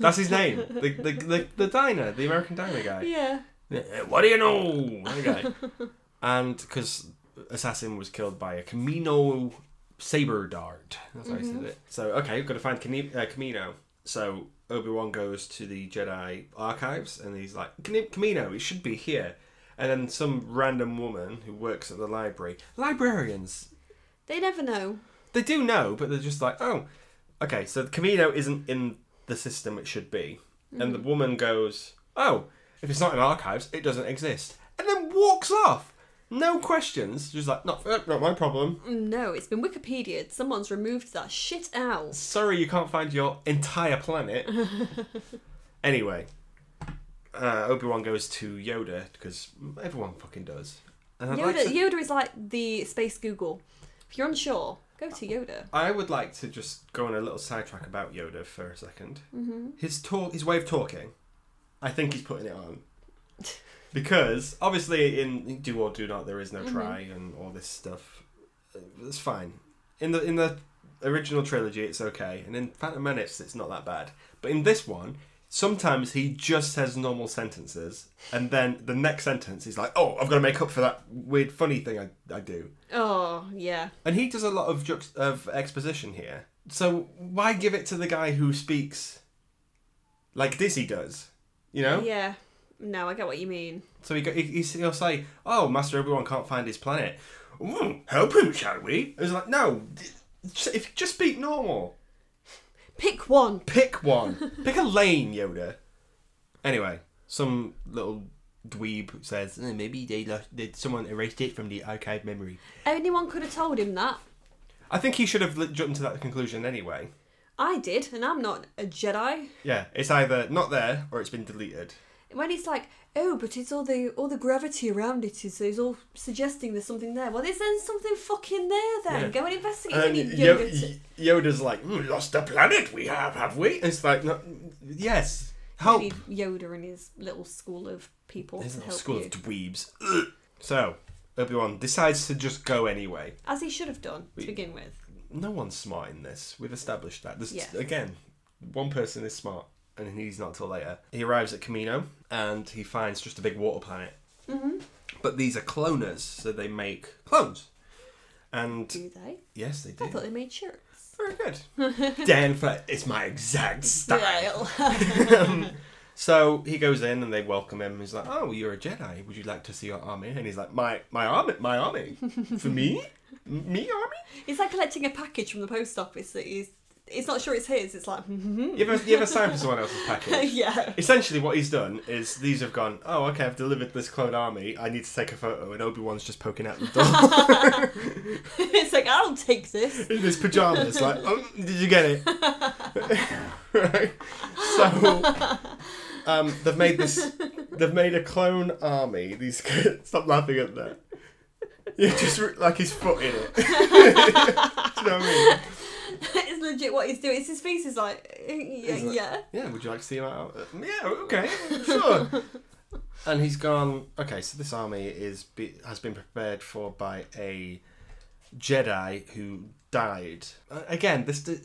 Speaker 1: That's his name. The, the, the, the diner, the American diner guy.
Speaker 2: Yeah.
Speaker 1: Yeah, Eh, What do you know? That guy. and because Assassin was killed by a Camino saber dart. That's how he said it. So, okay, we've got to find Cani- uh, Camino. So, Obi Wan goes to the Jedi archives and he's like, "Cani- Camino, it should be here. And then some random woman who works at the library, librarians,
Speaker 2: They never know.
Speaker 1: they do know, but they're just like, oh, okay, so the Camino isn't in the system it should be. And the woman goes, oh, if it's not in archives, it doesn't exist. And then walks off. No questions. Just like, not, uh, not my problem.
Speaker 2: Mm, No, it's been Wikipedia. Someone's removed that shit out.
Speaker 1: Sorry, you can't find your entire planet. anyway, uh, Obi Wan goes to Yoda because everyone fucking does. And I'd like
Speaker 2: Yoda,
Speaker 1: to-
Speaker 2: Yoda is like the space Google. If you're unsure, go to Yoda.
Speaker 1: I would like to just go on a little sidetrack about Yoda for a 2nd Mm-hmm. His talk, his way of talking, I think he's putting it on because obviously in Do or Do Not there is no try and all this stuff. It's fine. In the in the original trilogy, it's okay, and in Phantom Menace, it's not that bad. But in this one, sometimes he just says normal sentences, and then the next sentence he's like, "Oh, I've got to make up for that weird funny thing I I do."
Speaker 2: Oh, yeah.
Speaker 1: And he does a lot of jux- of exposition here. So why give it to the guy who speaks like Dizzy does? You know?
Speaker 2: Yeah. No, I get what you mean.
Speaker 1: So he, go- he, he- he'll say, Oh, Master Obi-Wan can't find his planet. Ooh, help him, shall we? It's like, No, d- j- if just speak normal.
Speaker 2: Pick one.
Speaker 1: Pick one. Pick a lane, Yoda. Anyway, some little dweeb says, "Eh, Maybe they lost, they, someone erased it from the archive memory.
Speaker 2: Anyone could have told him that.
Speaker 1: I think he should have li- jumped to that conclusion anyway.
Speaker 2: I did, and I'm not a Jedi.
Speaker 1: Yeah, it's either not there or it's been deleted.
Speaker 2: when it's like, oh, but it's all the all the gravity around it is is all suggesting there's something there. Well, there's then something fucking there. Then
Speaker 1: Yeah.
Speaker 2: go and investigate.
Speaker 1: And
Speaker 2: you
Speaker 1: Yo-
Speaker 2: yoga t-
Speaker 1: Y- Yoda's like, "Hmm, lost a planet we have, have we? And it's like, no, yes, help.
Speaker 2: you need Yoda and his little school of people
Speaker 1: There's
Speaker 2: to
Speaker 1: no
Speaker 2: help
Speaker 1: school
Speaker 2: you,
Speaker 1: of dweebs. Ugh. So Obi Wan decides to just go anyway.
Speaker 2: as he should have done
Speaker 1: We-
Speaker 2: to begin with.
Speaker 1: No one's smart in this. We've established that. There's
Speaker 2: Yeah.
Speaker 1: again, one person is smart, and he's not till later. He arrives at Camino and he finds just a big water planet. Mm-hmm. But these are cloners, so they make clones. And
Speaker 2: Do they?
Speaker 1: yes, they do.
Speaker 2: I thought they made shirts.
Speaker 1: Very good. Dan, for it's my exact style.
Speaker 2: Well,
Speaker 1: So he goes in and they welcome him. He's like, "Oh, you're a Jedi. Would you like to see your army?" And he's like, "My my army, my army for me, M- me army."
Speaker 2: it's like collecting a package from the post office that is. It's not sure it's his. It's like, hmm
Speaker 1: You ever you ever sign for someone else's package?
Speaker 2: yeah.
Speaker 1: Essentially, what he's done is these have gone. Oh, okay, I've delivered this clone army. I need to take a photo, and Obi Wan's just poking out the door
Speaker 2: it's like I'll take this.
Speaker 1: in his pajamas. Like, um, did you get it? right. So, um, they've made this. They've made a clone army. These stop laughing at that. Yeah, just re- like his foot in it. Do you know what I mean?
Speaker 2: it's legit what he's doing. It's his face is like, yeah,
Speaker 1: Is it?
Speaker 2: yeah.
Speaker 1: Yeah, would you like to see him out? Uh, Yeah, okay, sure. and he's gone. Okay, so this army is be, has been prepared for by a Jedi who died. Uh, again, this d-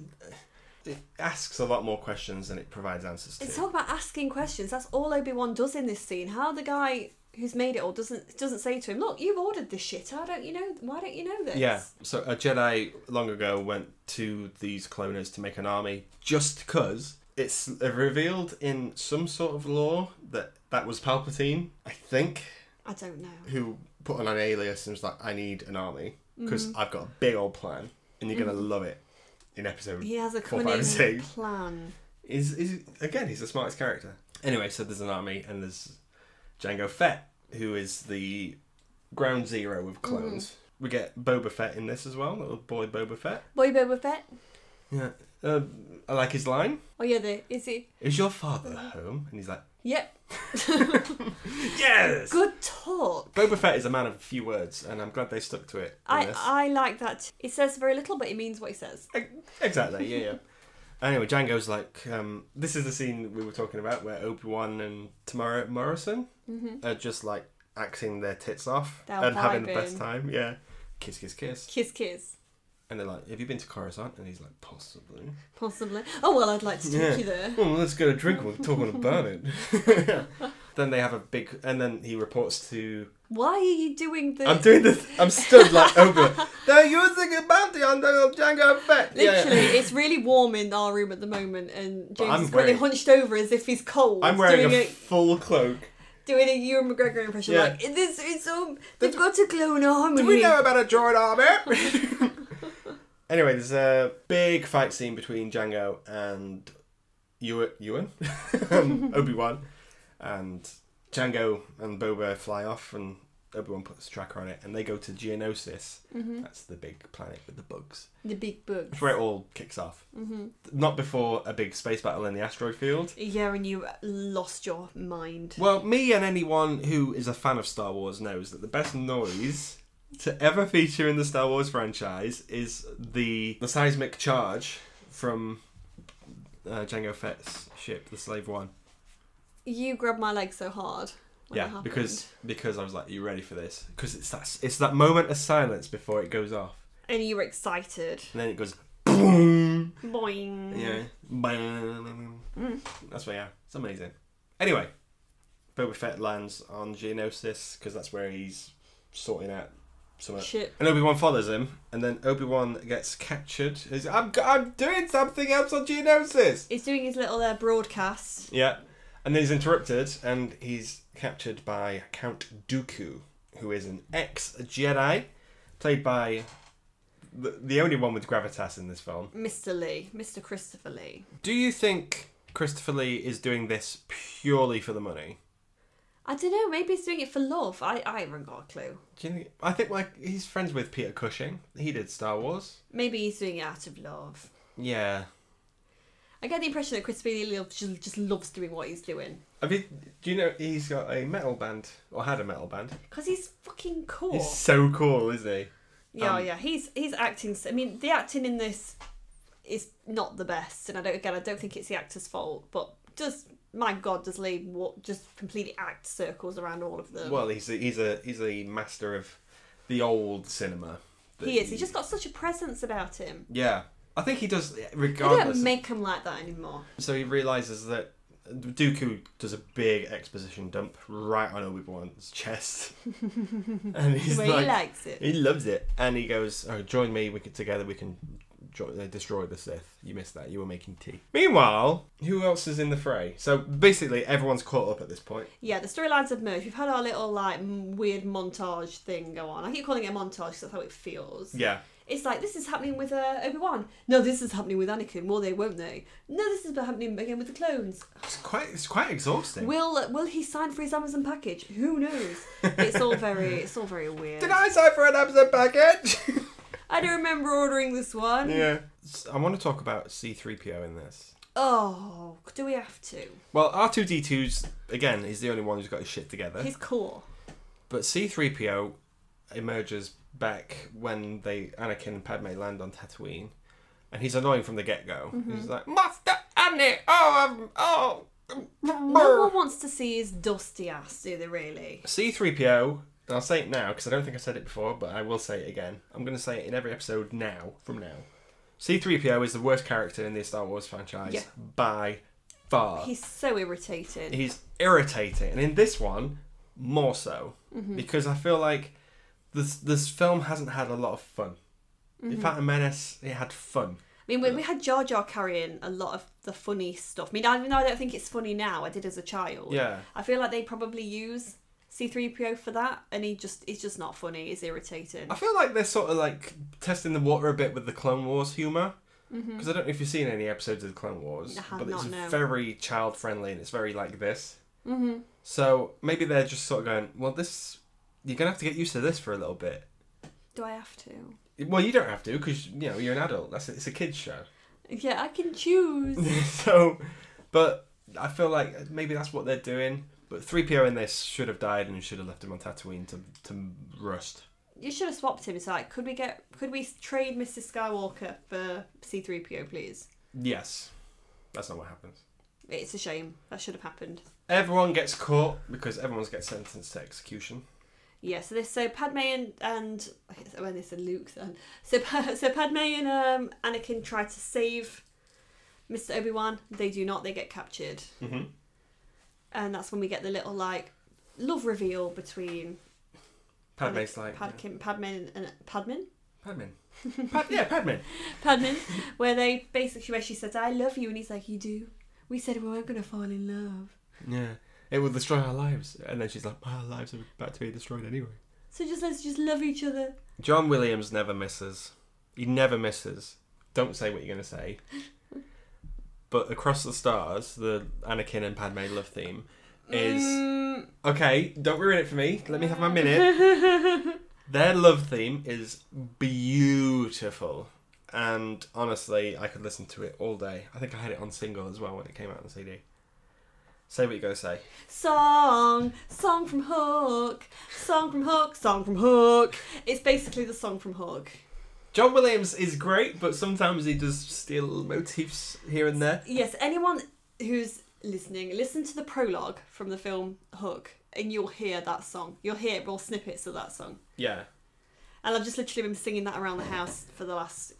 Speaker 1: it asks a lot more questions than it provides answers to.
Speaker 2: It's talking about asking questions. That's all Obi Wan does in this scene. How the guy who's made it all doesn't doesn't say to him, "Look, you've ordered this shit. How don't you know? Why don't you know this?"
Speaker 1: yeah, so a Jedi long ago went to these cloners to make an army just because it's revealed in some sort of lore that that was Palpatine, I think.
Speaker 2: I don't know.
Speaker 1: who put on an alias and was like, I need an army
Speaker 2: Mm-hmm.
Speaker 1: because I've got a big old plan and you're going to love it in episode.
Speaker 2: He has a
Speaker 1: Four, five,
Speaker 2: cunning
Speaker 1: six.
Speaker 2: plan.
Speaker 1: Is, is Again, he's the smartest character. Anyway, so there's an army and there's Django Fett, who is the ground zero of
Speaker 2: Mm-hmm.
Speaker 1: clones. We get Boba Fett in this as well, little boy Boba Fett.
Speaker 2: Boy Boba Fett.
Speaker 1: Yeah. Uh, I like his line.
Speaker 2: Oh yeah, the is he?
Speaker 1: Is your father
Speaker 2: Mm-hmm.
Speaker 1: home? And he's like,
Speaker 2: Yep.
Speaker 1: Yes!
Speaker 2: Good talk.
Speaker 1: Boba Fett is a man of few words, and I'm glad they stuck to it. in
Speaker 2: I,
Speaker 1: this.
Speaker 2: I like that. It says very little, but it means what he says.
Speaker 1: Ex- Exactly. Yeah, yeah. anyway, Django's like, um, this is the scene we were talking about where Obi Wan and Tamara Morrison are just like acting their tits off
Speaker 2: They're
Speaker 1: and having the best
Speaker 2: vibing.
Speaker 1: time. Yeah. Kiss, kiss, kiss.
Speaker 2: Kiss, kiss.
Speaker 1: And they're like, have you been to Coruscant? And he's like, possibly.
Speaker 2: Possibly. Oh well, I'd like to take
Speaker 1: Yeah.
Speaker 2: you there.
Speaker 1: Well, let's go to drink. We're talking about it. then they have a big, and then he reports to.
Speaker 2: Why are you doing the?
Speaker 1: I'm doing this. I'm stood like over. They're using a bounty on Donald Django Fett. Yeah.
Speaker 2: Literally, it's really warm in our room at the moment, and James
Speaker 1: I'm
Speaker 2: is currently
Speaker 1: wearing-
Speaker 2: hunched over as if he's cold.
Speaker 1: I'm wearing
Speaker 2: doing
Speaker 1: a full cloak.
Speaker 2: doing a Ewan McGregor impression.
Speaker 1: Yeah.
Speaker 2: Like this, it's um, they've got to clone harmony.
Speaker 1: Do we know about a droid army? anyway, there's a big fight scene between Django and Ewan, Ewan? Obi Wan, and Django and Boba fly off, and Obi Wan puts a tracker on it, and they go to Geonosis. That's the big planet with the bugs.
Speaker 2: the big book?
Speaker 1: That's where it all kicks off. Mm-hmm. Not before a big space battle in the asteroid field.
Speaker 2: Yeah, and you lost your mind.
Speaker 1: Well, me and anyone who is a fan of Star Wars knows that the best noise to ever feature in the Star Wars franchise is the the seismic charge from uh, Django Fett's ship, the Slave One.
Speaker 2: You grabbed my leg so hard. when that
Speaker 1: yeah,
Speaker 2: happened.
Speaker 1: because because I was like, "Are you ready for this?" Because it's that it's that moment of silence before it goes off,
Speaker 2: and you were excited.
Speaker 1: and then it goes boom.
Speaker 2: Boing.
Speaker 1: Yeah, Bang. that's what yeah, it's amazing. Anyway, Boba Fett lands on Geonosis because that's where he's sorting out some.
Speaker 2: Shit.
Speaker 1: And Obi Wan follows him, and then Obi Wan gets captured. He's, I'm I'm doing something else on Geonosis.
Speaker 2: He's doing his little uh, broadcast.
Speaker 1: Yeah, and then he's interrupted, and he's captured by Count Dooku, who is an ex Jedi, played by the, the only one with gravitas in this film.
Speaker 2: Mr. Lee, Mr. Christopher Lee.
Speaker 1: Do you think Christopher Lee is doing this purely for the money?
Speaker 2: I don't know, maybe he's doing it for love. I, I haven't got a clue.
Speaker 1: Do you think? I think like he's friends with Peter Cushing. He did Star Wars.
Speaker 2: Maybe he's doing it out of love.
Speaker 1: Yeah.
Speaker 2: I get the impression that Chris Bailey loves, just, just loves doing what he's doing
Speaker 1: I mean, do you know he's got a metal band or had a metal band?
Speaker 2: because he's fucking cool.
Speaker 1: He's so cool, isn't he?
Speaker 2: yeah,
Speaker 1: um,
Speaker 2: yeah. He's he's acting. s- I mean, the acting in this is not the best, and I don't again. I don't think it's the actor's fault, but just my god, does Lee what just completely act circles around all of them?
Speaker 1: Well, he's a, he's a he's a master of the old cinema. that
Speaker 2: he is. He's just got such a presence about him.
Speaker 1: Yeah, I think he does.
Speaker 2: They don't
Speaker 1: Regardless,
Speaker 2: make him like that anymore.
Speaker 1: so he realizes that Dooku does a big exposition dump right on Obi Wan's chest, and he's
Speaker 2: Where he
Speaker 1: like,
Speaker 2: likes it.
Speaker 1: he loves it, and he goes, "Oh, join me. We can together. We can." jo- uh, Destroy the Sith. You missed that. You were making tea. Meanwhile, who else is in the fray? So basically, everyone's caught up at this point.
Speaker 2: Yeah, the storylines have merged. We've had our little like m- weird montage thing go on. I keep calling it a montage because that's how it feels.
Speaker 1: Yeah,
Speaker 2: It's like this is happening with uh, Obi Wan. No, this is happening with Anakin. Will they? Won't they? No, this is happening again with the clones.
Speaker 1: it's quite it's quite exhausting.
Speaker 2: Will Will he sign for his Amazon package? Who knows? It's all very it's all very weird.
Speaker 1: Did I sign for an Amazon package?
Speaker 2: I don't remember ordering this one.
Speaker 1: yeah. I want to talk about C3PO in this.
Speaker 2: Oh, do we have to?
Speaker 1: Well, R2D2's, again, is the only one who's got his shit together.
Speaker 2: He's cool.
Speaker 1: But C3PO emerges back when they Anakin and Padme land on Tatooine. And he's annoying from the get go.
Speaker 2: Mm-hmm.
Speaker 1: He's like, Master Annie! Oh, i oh! um,
Speaker 2: No
Speaker 1: brr."
Speaker 2: one wants to see his dusty ass, do they? Really?
Speaker 1: C3PO, and I'll say it now because I don't think I said it before, but I will say it again. I'm going to say it in every episode now, from now. C3PO is the worst character in the Star Wars franchise
Speaker 2: Yeah.
Speaker 1: by far.
Speaker 2: He's so irritating.
Speaker 1: he's irritating, and in this one, more so
Speaker 2: Mm-hmm.
Speaker 1: because I feel like this this film hasn't had a lot of fun.
Speaker 2: Mm-hmm.
Speaker 1: In fact, Menace it had fun.
Speaker 2: I mean, when we had Jar Jar carrying a lot of the funny stuff. I mean, even though I don't think it's funny now, I did as a child.
Speaker 1: Yeah,
Speaker 2: I feel like they probably use C-3PO for that, and he just it's just not funny. It's irritating.
Speaker 1: I feel like they're sort of like testing the water a bit with the Clone Wars humor. Because I don't know if you've seen any episodes of the Clone Wars,
Speaker 2: Mm-hmm. I have
Speaker 1: but
Speaker 2: not,
Speaker 1: it's
Speaker 2: no.
Speaker 1: very child friendly and it's very like this. Mm-hmm. So maybe they're just sort of going, well, this you're gonna have to get used to this for a little bit.
Speaker 2: Do I have to?
Speaker 1: Well, you don't have to because you know you're an adult. That's it's a kids show.
Speaker 2: Yeah, I can choose.
Speaker 1: so, but I feel like maybe that's what they're doing. But 3PO in this should have died and should have left him on Tatooine to, to rust.
Speaker 2: You should have swapped him. It's like, could we get, could we trade Mr. Skywalker for C-3PO, please?
Speaker 1: Yes. That's not what happens.
Speaker 2: It's a shame. That should have happened.
Speaker 1: Everyone gets caught because everyone's gets sentenced to execution.
Speaker 2: Yeah. So this, so Padme and and when they said Luke, then so Pa- so Padme and um Anakin try to save Mr. Obi Wan. They do not. They get captured,
Speaker 1: Mm-hmm.
Speaker 2: and that's when we get the little like love reveal between
Speaker 1: Padme's like.
Speaker 2: Padkin, Padme and and- Padmin.
Speaker 1: Padmin. Pad- yeah, Padmin.
Speaker 2: Padmin, where they basically where she says, "I love you," and he's like, "You do." We said we weren't gonna fall in love.
Speaker 1: Yeah. It will destroy our lives. And then she's like, our lives are about to be destroyed anyway.
Speaker 2: So just let's just love each other.
Speaker 1: John Williams never misses. He never misses. Don't say what you're going to say. But across the stars, the Anakin and Padme love theme is
Speaker 2: Mm,
Speaker 1: okay. Don't ruin it for me. Let me have my minute. Their love theme is beautiful, and honestly, I could listen to it all day. I think I had it on single as well when it came out on CD. Say what you gotta say.
Speaker 2: song, song from Hook, song from Hook, song from Hook. It's basically the song from Hook.
Speaker 1: John Williams is great, but sometimes he does steal motifs here and there.
Speaker 2: Yes, anyone who's listening, listen to the prologue from the film Hook, and you'll hear that song. You'll hear little snippets of that song.
Speaker 1: Yeah.
Speaker 2: And I've just literally been singing that around the house for the last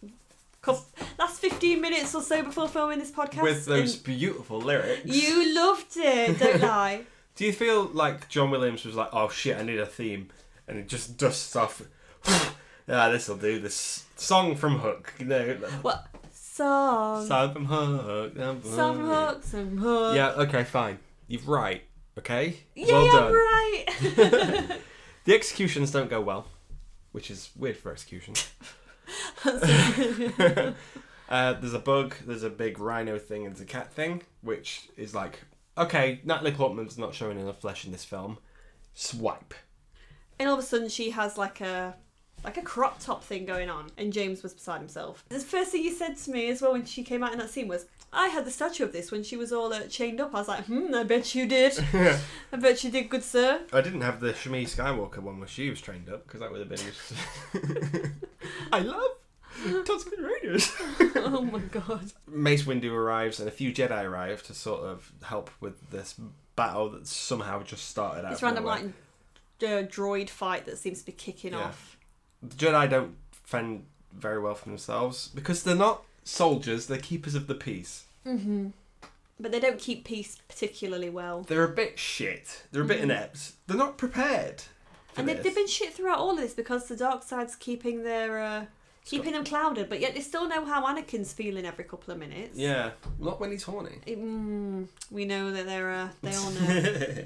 Speaker 2: couple, last fifteen minutes or so before filming this podcast.
Speaker 1: with those
Speaker 2: and
Speaker 1: beautiful lyrics.
Speaker 2: you loved it, don't lie.
Speaker 1: Do you feel like John Williams was like, oh shit, I need a theme, and it just dusts off? ah, this will do. This song from Hook, you know,
Speaker 2: What song?
Speaker 1: song from Hook,
Speaker 2: Song from Hook, song from Hook.
Speaker 1: Yeah, okay, fine. You're right. Okay,
Speaker 2: Yeah,
Speaker 1: well
Speaker 2: yeah,
Speaker 1: done.
Speaker 2: right.
Speaker 1: The executions don't go well, which is weird for executions. uh, there's a bug. There's a big rhino thing and there's a cat thing, which is like, okay, Natalie Portman's not showing enough flesh in this film. Swipe.
Speaker 2: and all of a sudden, she has like a like a crop top thing going on, and James was beside himself. The first thing he said to me as well when she came out in that scene was, "I had the statue of this when she was all uh, chained up." I was like, "Hmm, I bet you did.
Speaker 1: Yeah.
Speaker 2: I bet you did, good sir."
Speaker 1: I didn't have the Shmi Skywalker one where she was trained up because that would have been just. I love Tuscan Raiders.
Speaker 2: oh my god.
Speaker 1: Mace Windu arrives and a few Jedi arrive to sort of help with this battle that somehow just started out.
Speaker 2: This
Speaker 1: of
Speaker 2: random
Speaker 1: nowhere.
Speaker 2: like uh, droid fight that seems to be kicking
Speaker 1: Yeah.
Speaker 2: off.
Speaker 1: the Jedi don't fend very well for themselves because they're not soldiers; they're keepers of the peace.
Speaker 2: hmm But they don't keep peace particularly well.
Speaker 1: They're a bit shit. They're a bit
Speaker 2: Mhm.
Speaker 1: inept. They're not prepared. For
Speaker 2: And they,
Speaker 1: this.
Speaker 2: they've been shit throughout all of this because the dark side's keeping their uh, keeping them clouded, but yet they still know how Anakin's feeling every couple of minutes.
Speaker 1: Yeah, not when he's horny.
Speaker 2: It- mm, we know that they're uh, they all know.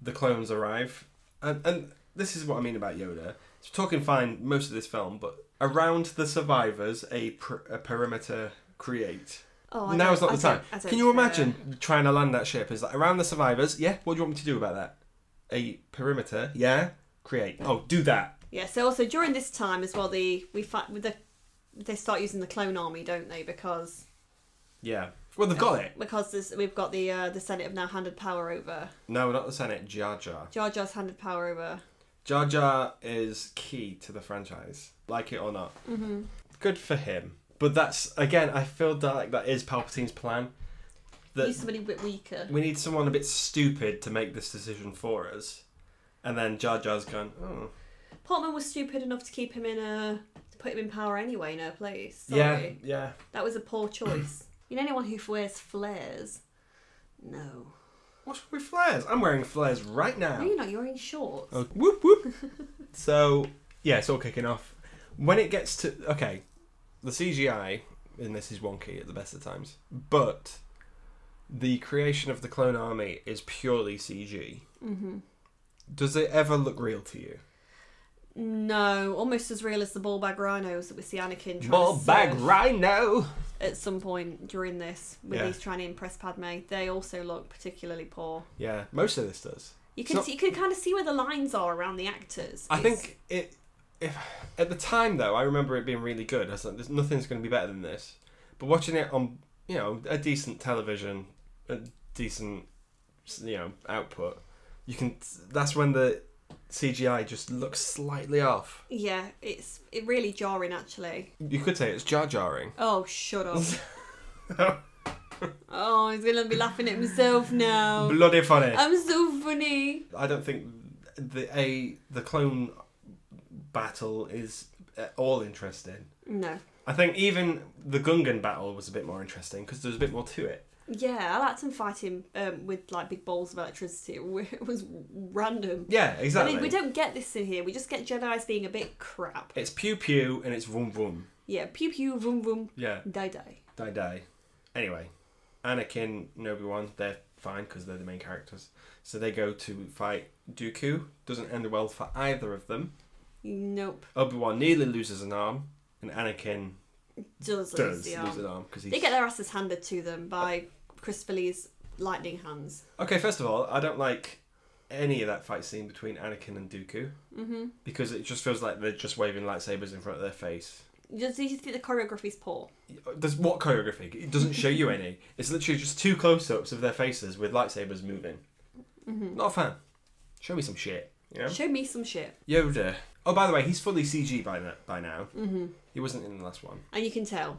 Speaker 1: the clones arrive, and and this is what I mean about Yoda. It's talking fine most of this film, but around the survivors, a, per- a perimeter create.
Speaker 2: Oh, I
Speaker 1: Now's
Speaker 2: don't-
Speaker 1: not the
Speaker 2: I
Speaker 1: time.
Speaker 2: don't- I don't
Speaker 1: Can you
Speaker 2: care.
Speaker 1: imagine trying to land that ship? Is like around the survivors? Yeah. What do you want me to do about that? A perimeter? Yeah. Create. Oh, do that.
Speaker 2: Yeah. So also during this time as well, the we fi- with the they start using the clone army, don't they? Because
Speaker 1: Yeah. Well, they've got it.
Speaker 2: because there's, we've got the uh, the Senate have now handed power over.
Speaker 1: No, not the Senate. Jar Jar.
Speaker 2: Jar Jar's handed power over.
Speaker 1: Jar Jar is key to the franchise, like it or not.
Speaker 2: Mm-hmm.
Speaker 1: Good for him. But that's again, I feel that like that is Palpatine's plan. That
Speaker 2: Use somebody a bit weaker.
Speaker 1: we need someone a bit stupid to make this decision for us, and then Jar Jar's going, oh,
Speaker 2: Portman was stupid enough to keep him in a to put him in power anyway, no place.
Speaker 1: yeah,
Speaker 2: Sorry.
Speaker 1: yeah.
Speaker 2: That was a poor choice. you know anyone who wears flares? No.
Speaker 1: What's with flares? I'm wearing flares right now.
Speaker 2: No, you're not, you're in shorts.
Speaker 1: Oh, whoop whoop. so yeah, it's all kicking off. When it gets to okay, the CGI in this is wonky at the best of times, but the creation of the clone army is purely CG.
Speaker 2: Mm-hmm.
Speaker 1: Does it ever look real to you?
Speaker 2: No, almost as real as the ball bag rhinos that we see Anakin trying
Speaker 1: Ball
Speaker 2: to
Speaker 1: bag
Speaker 2: surf
Speaker 1: rhino.
Speaker 2: at some point during this with
Speaker 1: Yeah.
Speaker 2: these trying to impress Padme. They also look particularly poor.
Speaker 1: Yeah, most of this does.
Speaker 2: You
Speaker 1: It's
Speaker 2: can
Speaker 1: not-
Speaker 2: see, you can kind of see where the lines are around the actors.
Speaker 1: I
Speaker 2: It's-
Speaker 1: think it. If at the time though, I remember it being really good. I was like, "There's nothing's going to be better than this." But watching it on, you know, a decent television, a decent, you know, output, you can. That's when the CGI just looks slightly off.
Speaker 2: yeah, it's it really jarring actually.
Speaker 1: You could say it's jar jarring.
Speaker 2: Oh, shut up. Oh, he's gonna be laughing at himself now.
Speaker 1: Bloody funny.
Speaker 2: I'm so funny.
Speaker 1: I don't think the a the clone battle is at all interesting.
Speaker 2: No.
Speaker 1: I think even the Gungan battle was a bit more interesting because there was a bit more to it.
Speaker 2: Yeah, I liked him fighting um, with like big balls of electricity. It was random.
Speaker 1: Yeah,
Speaker 2: I
Speaker 1: exactly.
Speaker 2: mean, we don't get this in here. We just get Jedi's being a bit crap.
Speaker 1: It's pew pew and it's vroom vroom.
Speaker 2: Yeah, pew pew, vroom vroom,
Speaker 1: Yeah.
Speaker 2: die die.
Speaker 1: Die die. Anyway, Anakin and Obi Wan, they're fine because they're the main characters. So they go to fight Dooku. Doesn't end well for either of them.
Speaker 2: Nope,
Speaker 1: Obi Wan nearly loses an arm, and Anakin
Speaker 2: does, lose
Speaker 1: does
Speaker 2: the
Speaker 1: lose
Speaker 2: arm.
Speaker 1: an arm because
Speaker 2: They
Speaker 1: he's.
Speaker 2: get their asses handed to them by Christopher Lee's lightning hands.
Speaker 1: Okay, first of all, I don't like any of that fight scene between Anakin and Dooku
Speaker 2: Mm-hmm.
Speaker 1: because it just feels like they're just waving lightsabers in front of their face.
Speaker 2: Does do you think the choreography's poor?
Speaker 1: There's what choreography? It doesn't show you any. It's literally just two close-ups of their faces with lightsabers moving.
Speaker 2: Mm-hmm.
Speaker 1: Not a fan. Show me some shit. Yeah.
Speaker 2: Show me some shit.
Speaker 1: Yoda. Oh, by the way, he's fully CG by now. By now,
Speaker 2: Mm-hmm.
Speaker 1: he wasn't in the last one.
Speaker 2: And you can tell.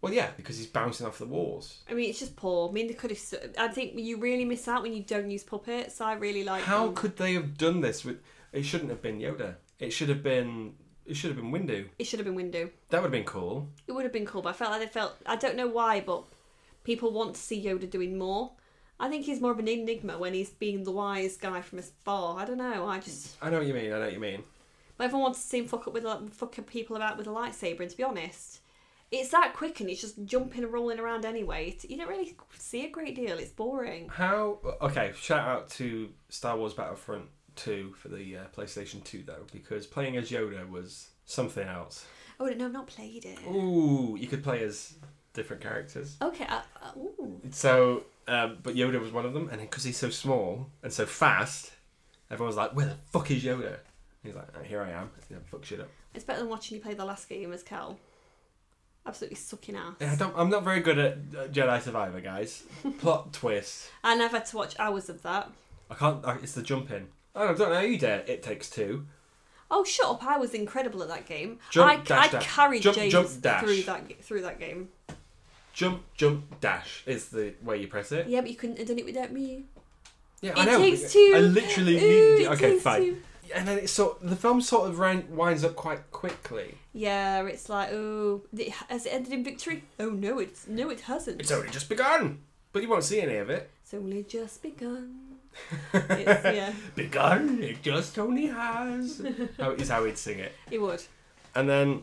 Speaker 1: Well, yeah, because he's bouncing off the walls.
Speaker 2: I mean, it's just poor. I mean, they could have. I think you really miss out when you don't use puppets. I really like.
Speaker 1: How
Speaker 2: them.
Speaker 1: could they have done this? With it shouldn't have been Yoda. It should have been. It should have been Windu.
Speaker 2: it should have been Windu.
Speaker 1: That would have been cool.
Speaker 2: It would have been cool, but I felt like they felt. I don't know why, but people want to see Yoda doing more. I think he's more of an enigma when he's being the wise guy from afar. I don't know. I just.
Speaker 1: I know what you mean. I know what you mean.
Speaker 2: But everyone wants to see him fuck up with a- fuck people about with a lightsaber. And to be honest, it's that quick and it's just jumping and rolling around anyway. It's- you don't really see a great deal. It's boring.
Speaker 1: How? Okay, shout out to Star Wars Battlefront Two for the uh, PlayStation Two though, because playing as Yoda was something else.
Speaker 2: Oh no, I've not played it.
Speaker 1: Ooh, you could play as different characters.
Speaker 2: Okay. I, I, ooh.
Speaker 1: So, um, but Yoda was one of them, and because he's so small and so fast, everyone was like, "Where the fuck is Yoda?" He's like, "Uh, here I am. Yeah, fuck shit up.
Speaker 2: It's better than watching you play the last game as Cal. Absolutely sucking ass.
Speaker 1: Yeah, I don't, I'm not very good at uh, Jedi Survivor, guys. Plot twist.
Speaker 2: And I've had to watch hours of that.
Speaker 1: I can't. I, it's the jump in. Oh, I don't know how you dare. It takes two.
Speaker 2: Oh, shut up! I was incredible at that game.
Speaker 1: Jump,
Speaker 2: I,
Speaker 1: dash,
Speaker 2: I
Speaker 1: dash.
Speaker 2: carried
Speaker 1: Jump,
Speaker 2: James
Speaker 1: jump, dash.
Speaker 2: through that g- through that game.
Speaker 1: Jump, jump, dash is the way you press it.
Speaker 2: Yeah, but you couldn't have done it without me.
Speaker 1: Yeah,
Speaker 2: it
Speaker 1: I know.
Speaker 2: takes two.
Speaker 1: I literally
Speaker 2: Ooh,
Speaker 1: needed.
Speaker 2: it
Speaker 1: Okay,
Speaker 2: takes
Speaker 1: fine.
Speaker 2: two.
Speaker 1: And then it's sort. The film sort of ran, winds up quite quickly.
Speaker 2: Yeah, it's like oh, it- has it ended in victory? Oh no, it's no, it hasn't.
Speaker 1: It's only just begun, but you won't see any of it.
Speaker 2: It's only just begun. it's, yeah,
Speaker 1: Begun. It just only has. how, is how he'd sing it.
Speaker 2: it would.
Speaker 1: And then,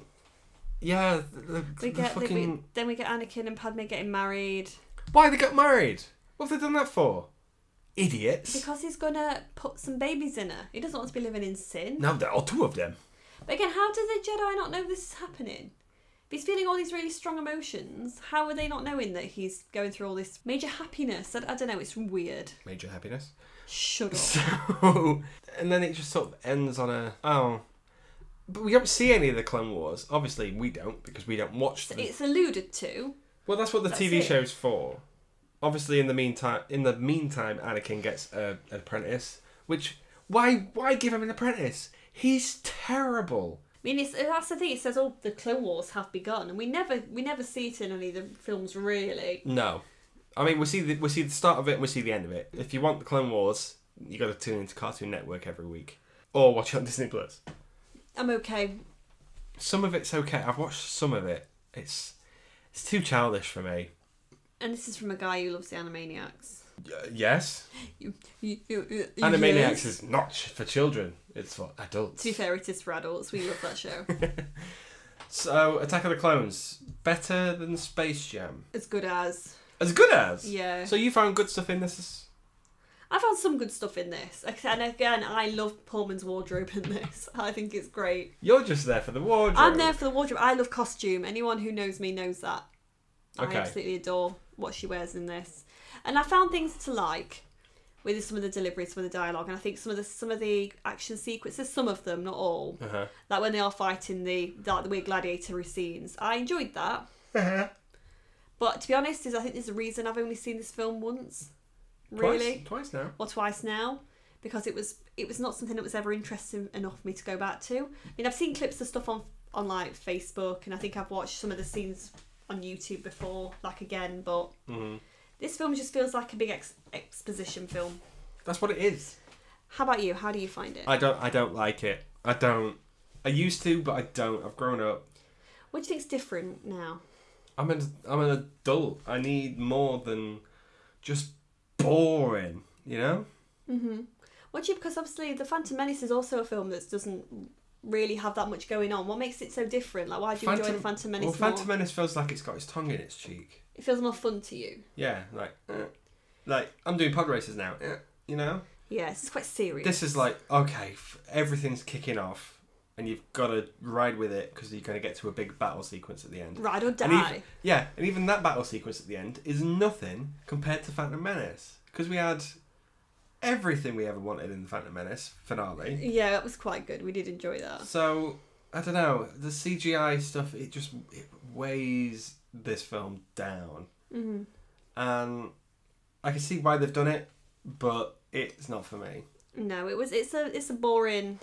Speaker 1: yeah, the, the,
Speaker 2: We get the- we-
Speaker 1: fucking.
Speaker 2: then we get Anakin and Padme getting married
Speaker 1: Why they got married? What have they done that for? Idiots.
Speaker 2: because he's gonna put some babies in her. He doesn't want to be living in sin.
Speaker 1: Now there are two of them.
Speaker 2: But again, how do the Jedi not know this is happening? If he's feeling all these really strong emotions, how are they not knowing that he's going through all this major happiness? I, I don't know. It's weird.
Speaker 1: Major happiness.
Speaker 2: Shut up.
Speaker 1: So, and then it just sort of ends on a oh, but we don't see any of the Clone Wars. Obviously, we don't because we don't watch
Speaker 2: So
Speaker 1: them.
Speaker 2: It's alluded to.
Speaker 1: Well, that's what the
Speaker 2: That's
Speaker 1: TV
Speaker 2: it.
Speaker 1: show's for. Obviously, in the meantime, in the meantime, Anakin gets a, an apprentice. Which why why give him an apprentice? He's terrible.
Speaker 2: I mean, it's, that's the thing. It says, "Oh, the Clone Wars have begun," and we never we never see it in any of the films, really.
Speaker 1: No, I mean we see the we see the start of it and we see the end of it. If you want the Clone Wars, you got to tune into Cartoon Network every week or watch it on Disney Plus.
Speaker 2: I'm okay.
Speaker 1: Some of it's okay. I've watched some of it. It's it's too childish for me.
Speaker 2: And this is from a guy who loves the Animaniacs.
Speaker 1: Y- yes,
Speaker 2: You- you- you-
Speaker 1: Animaniacs
Speaker 2: yes.
Speaker 1: is not ch- for children. It's for adults.
Speaker 2: To be fair, it is for adults. We love that show.
Speaker 1: So Attack of the Clones better than Space Jam.
Speaker 2: as good as
Speaker 1: As good as.
Speaker 2: yeah.
Speaker 1: So you found good stuff in this. is-
Speaker 2: I found some good stuff in this. Like I said, And again, I love Pullman's wardrobe in this. I think it's great.
Speaker 1: You're just there for the wardrobe.
Speaker 2: I'm there for the wardrobe. I love costume. Anyone who knows me knows that.
Speaker 1: Okay.
Speaker 2: I absolutely adore what she wears in this. And I found things to like with some of the delivery, some of the dialogue, and I think some of the some of the action sequences, some of them, not all.
Speaker 1: Uh-huh.
Speaker 2: Like when they are fighting the like the weird gladiatory scenes. I enjoyed that.
Speaker 1: Uh-huh.
Speaker 2: But to be honest, is I think there's a reason I've only seen this film once. Really?
Speaker 1: Twice, twice now.
Speaker 2: or twice now because it was it was not something that was ever interesting enough for me to go back to. I mean, I've seen clips of stuff on on like Facebook, and I think I've watched some of the scenes on YouTube before, like again. But
Speaker 1: Mhm.
Speaker 2: this film just feels like a big ex- exposition film.
Speaker 1: That's what it is.
Speaker 2: How about you? How do you find it?
Speaker 1: I don't. I don't like it. I don't. I used to, but I don't. I've grown up.
Speaker 2: what do you think's different now?
Speaker 1: I'm an. I'm an adult. I need more than just boring. You know.
Speaker 2: Mm-hmm. What do you because obviously the Phantom Menace is also a film that doesn't really have that much going on. What makes it so different? Like, why do you enjoy the Phantom Menace
Speaker 1: Well, Phantom
Speaker 2: more?
Speaker 1: Menace feels like it's got its tongue in its cheek.
Speaker 2: It feels more fun to you.
Speaker 1: Yeah, like, eh. like I'm doing pod races now. eh, You know.
Speaker 2: Yes, it's quite serious.
Speaker 1: This is like okay, f- everything's kicking off, and you've got to ride with it because you're going to get to a big battle sequence at the end.
Speaker 2: ride or die.
Speaker 1: And even, yeah, and even that battle sequence at the end is nothing compared to Phantom Menace because we had everything we ever wanted in the Phantom Menace finale.
Speaker 2: Yeah, that was quite good. We did enjoy that.
Speaker 1: So I don't know the CGI stuff. It just it weighs this film down,
Speaker 2: Mm-hmm.
Speaker 1: and I can see why they've done it, but it's not for me.
Speaker 2: No, it was. It's a. It's a boring.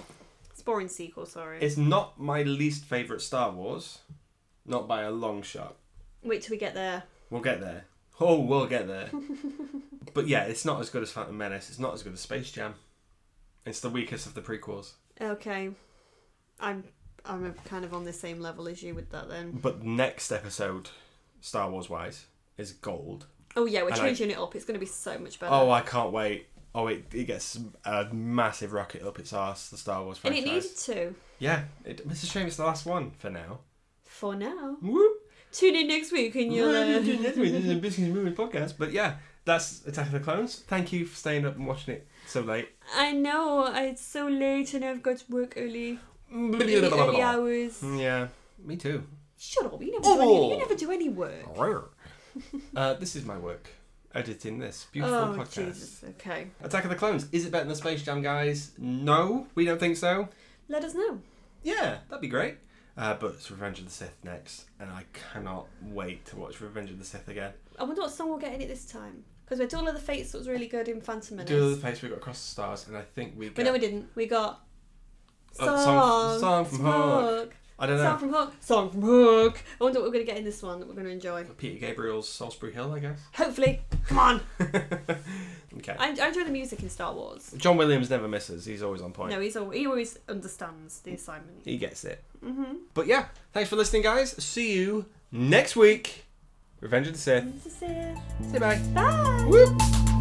Speaker 2: It's a boring sequel. Sorry.
Speaker 1: It's not my least favorite Star Wars, not by a long shot.
Speaker 2: Wait till we get there.
Speaker 1: We'll get there. Oh, we'll get there. but yeah, it's not as good as Phantom Menace. It's not as good as Space Jam. It's the weakest of the prequels,
Speaker 2: Okay. I'm. I'm kind of on the same level as you with that then.
Speaker 1: but next episode, Star Wars wise, is gold.
Speaker 2: Oh yeah, we're
Speaker 1: And I-
Speaker 2: changing it up. It's going to be so much better.
Speaker 1: Oh, I can't wait. Oh, it, it gets a massive rocket up its arse, the Star Wars
Speaker 2: and
Speaker 1: franchise.
Speaker 2: it needed to.
Speaker 1: Yeah, it, it's a shame it's the last one for now.
Speaker 2: For now.
Speaker 1: Whoop.
Speaker 2: Tune in next week and you'll.
Speaker 1: Well,
Speaker 2: Uh...
Speaker 1: this is a business moving podcast. But yeah, that's Attack of the Clones. Thank you for staying up and watching it so late.
Speaker 2: I know. It's so late and I've got to work early. early
Speaker 1: yeah,
Speaker 2: hours.
Speaker 1: me too.
Speaker 2: Shut up! You never, do any,
Speaker 1: Mm. Oh.
Speaker 2: you never do any work.
Speaker 1: Uh, this is my work, editing this beautiful
Speaker 2: Oh
Speaker 1: podcast.
Speaker 2: Jesus! Okay.
Speaker 1: Attack of the Clones. Is it better than Space Jam, guys? No, we don't think so.
Speaker 2: Let us know.
Speaker 1: Yeah, that'd be great. Uh, but it's Revenge of the Sith next, and I cannot wait to watch Revenge of the Sith again.
Speaker 2: I wonder what song we'll get in it this time. Because we had Duel of the Fates that was really good in Phantom Menace.
Speaker 1: Do the place we got across the stars, and I think we. Get,
Speaker 2: But no, we didn't. We got
Speaker 1: Oh, song- song from
Speaker 2: Hook.
Speaker 1: I don't know.
Speaker 2: Song from Hook. Song from Hook. I wonder what we're going to get in this one that we're going to enjoy.
Speaker 1: Peter Gabriel's Salisbury Hill, I guess.
Speaker 2: Hopefully. Come on.
Speaker 1: Okay.
Speaker 2: I, I enjoy the music in Star Wars.
Speaker 1: John Williams never misses. He's always on point.
Speaker 2: No, he's al he always understands the assignment.
Speaker 1: He gets it.
Speaker 2: Mm-hmm.
Speaker 1: But yeah, thanks for listening, guys. See you next week. Revenge of the Sith.
Speaker 2: This is it.
Speaker 1: Say bye.
Speaker 2: Bye.
Speaker 1: Woo!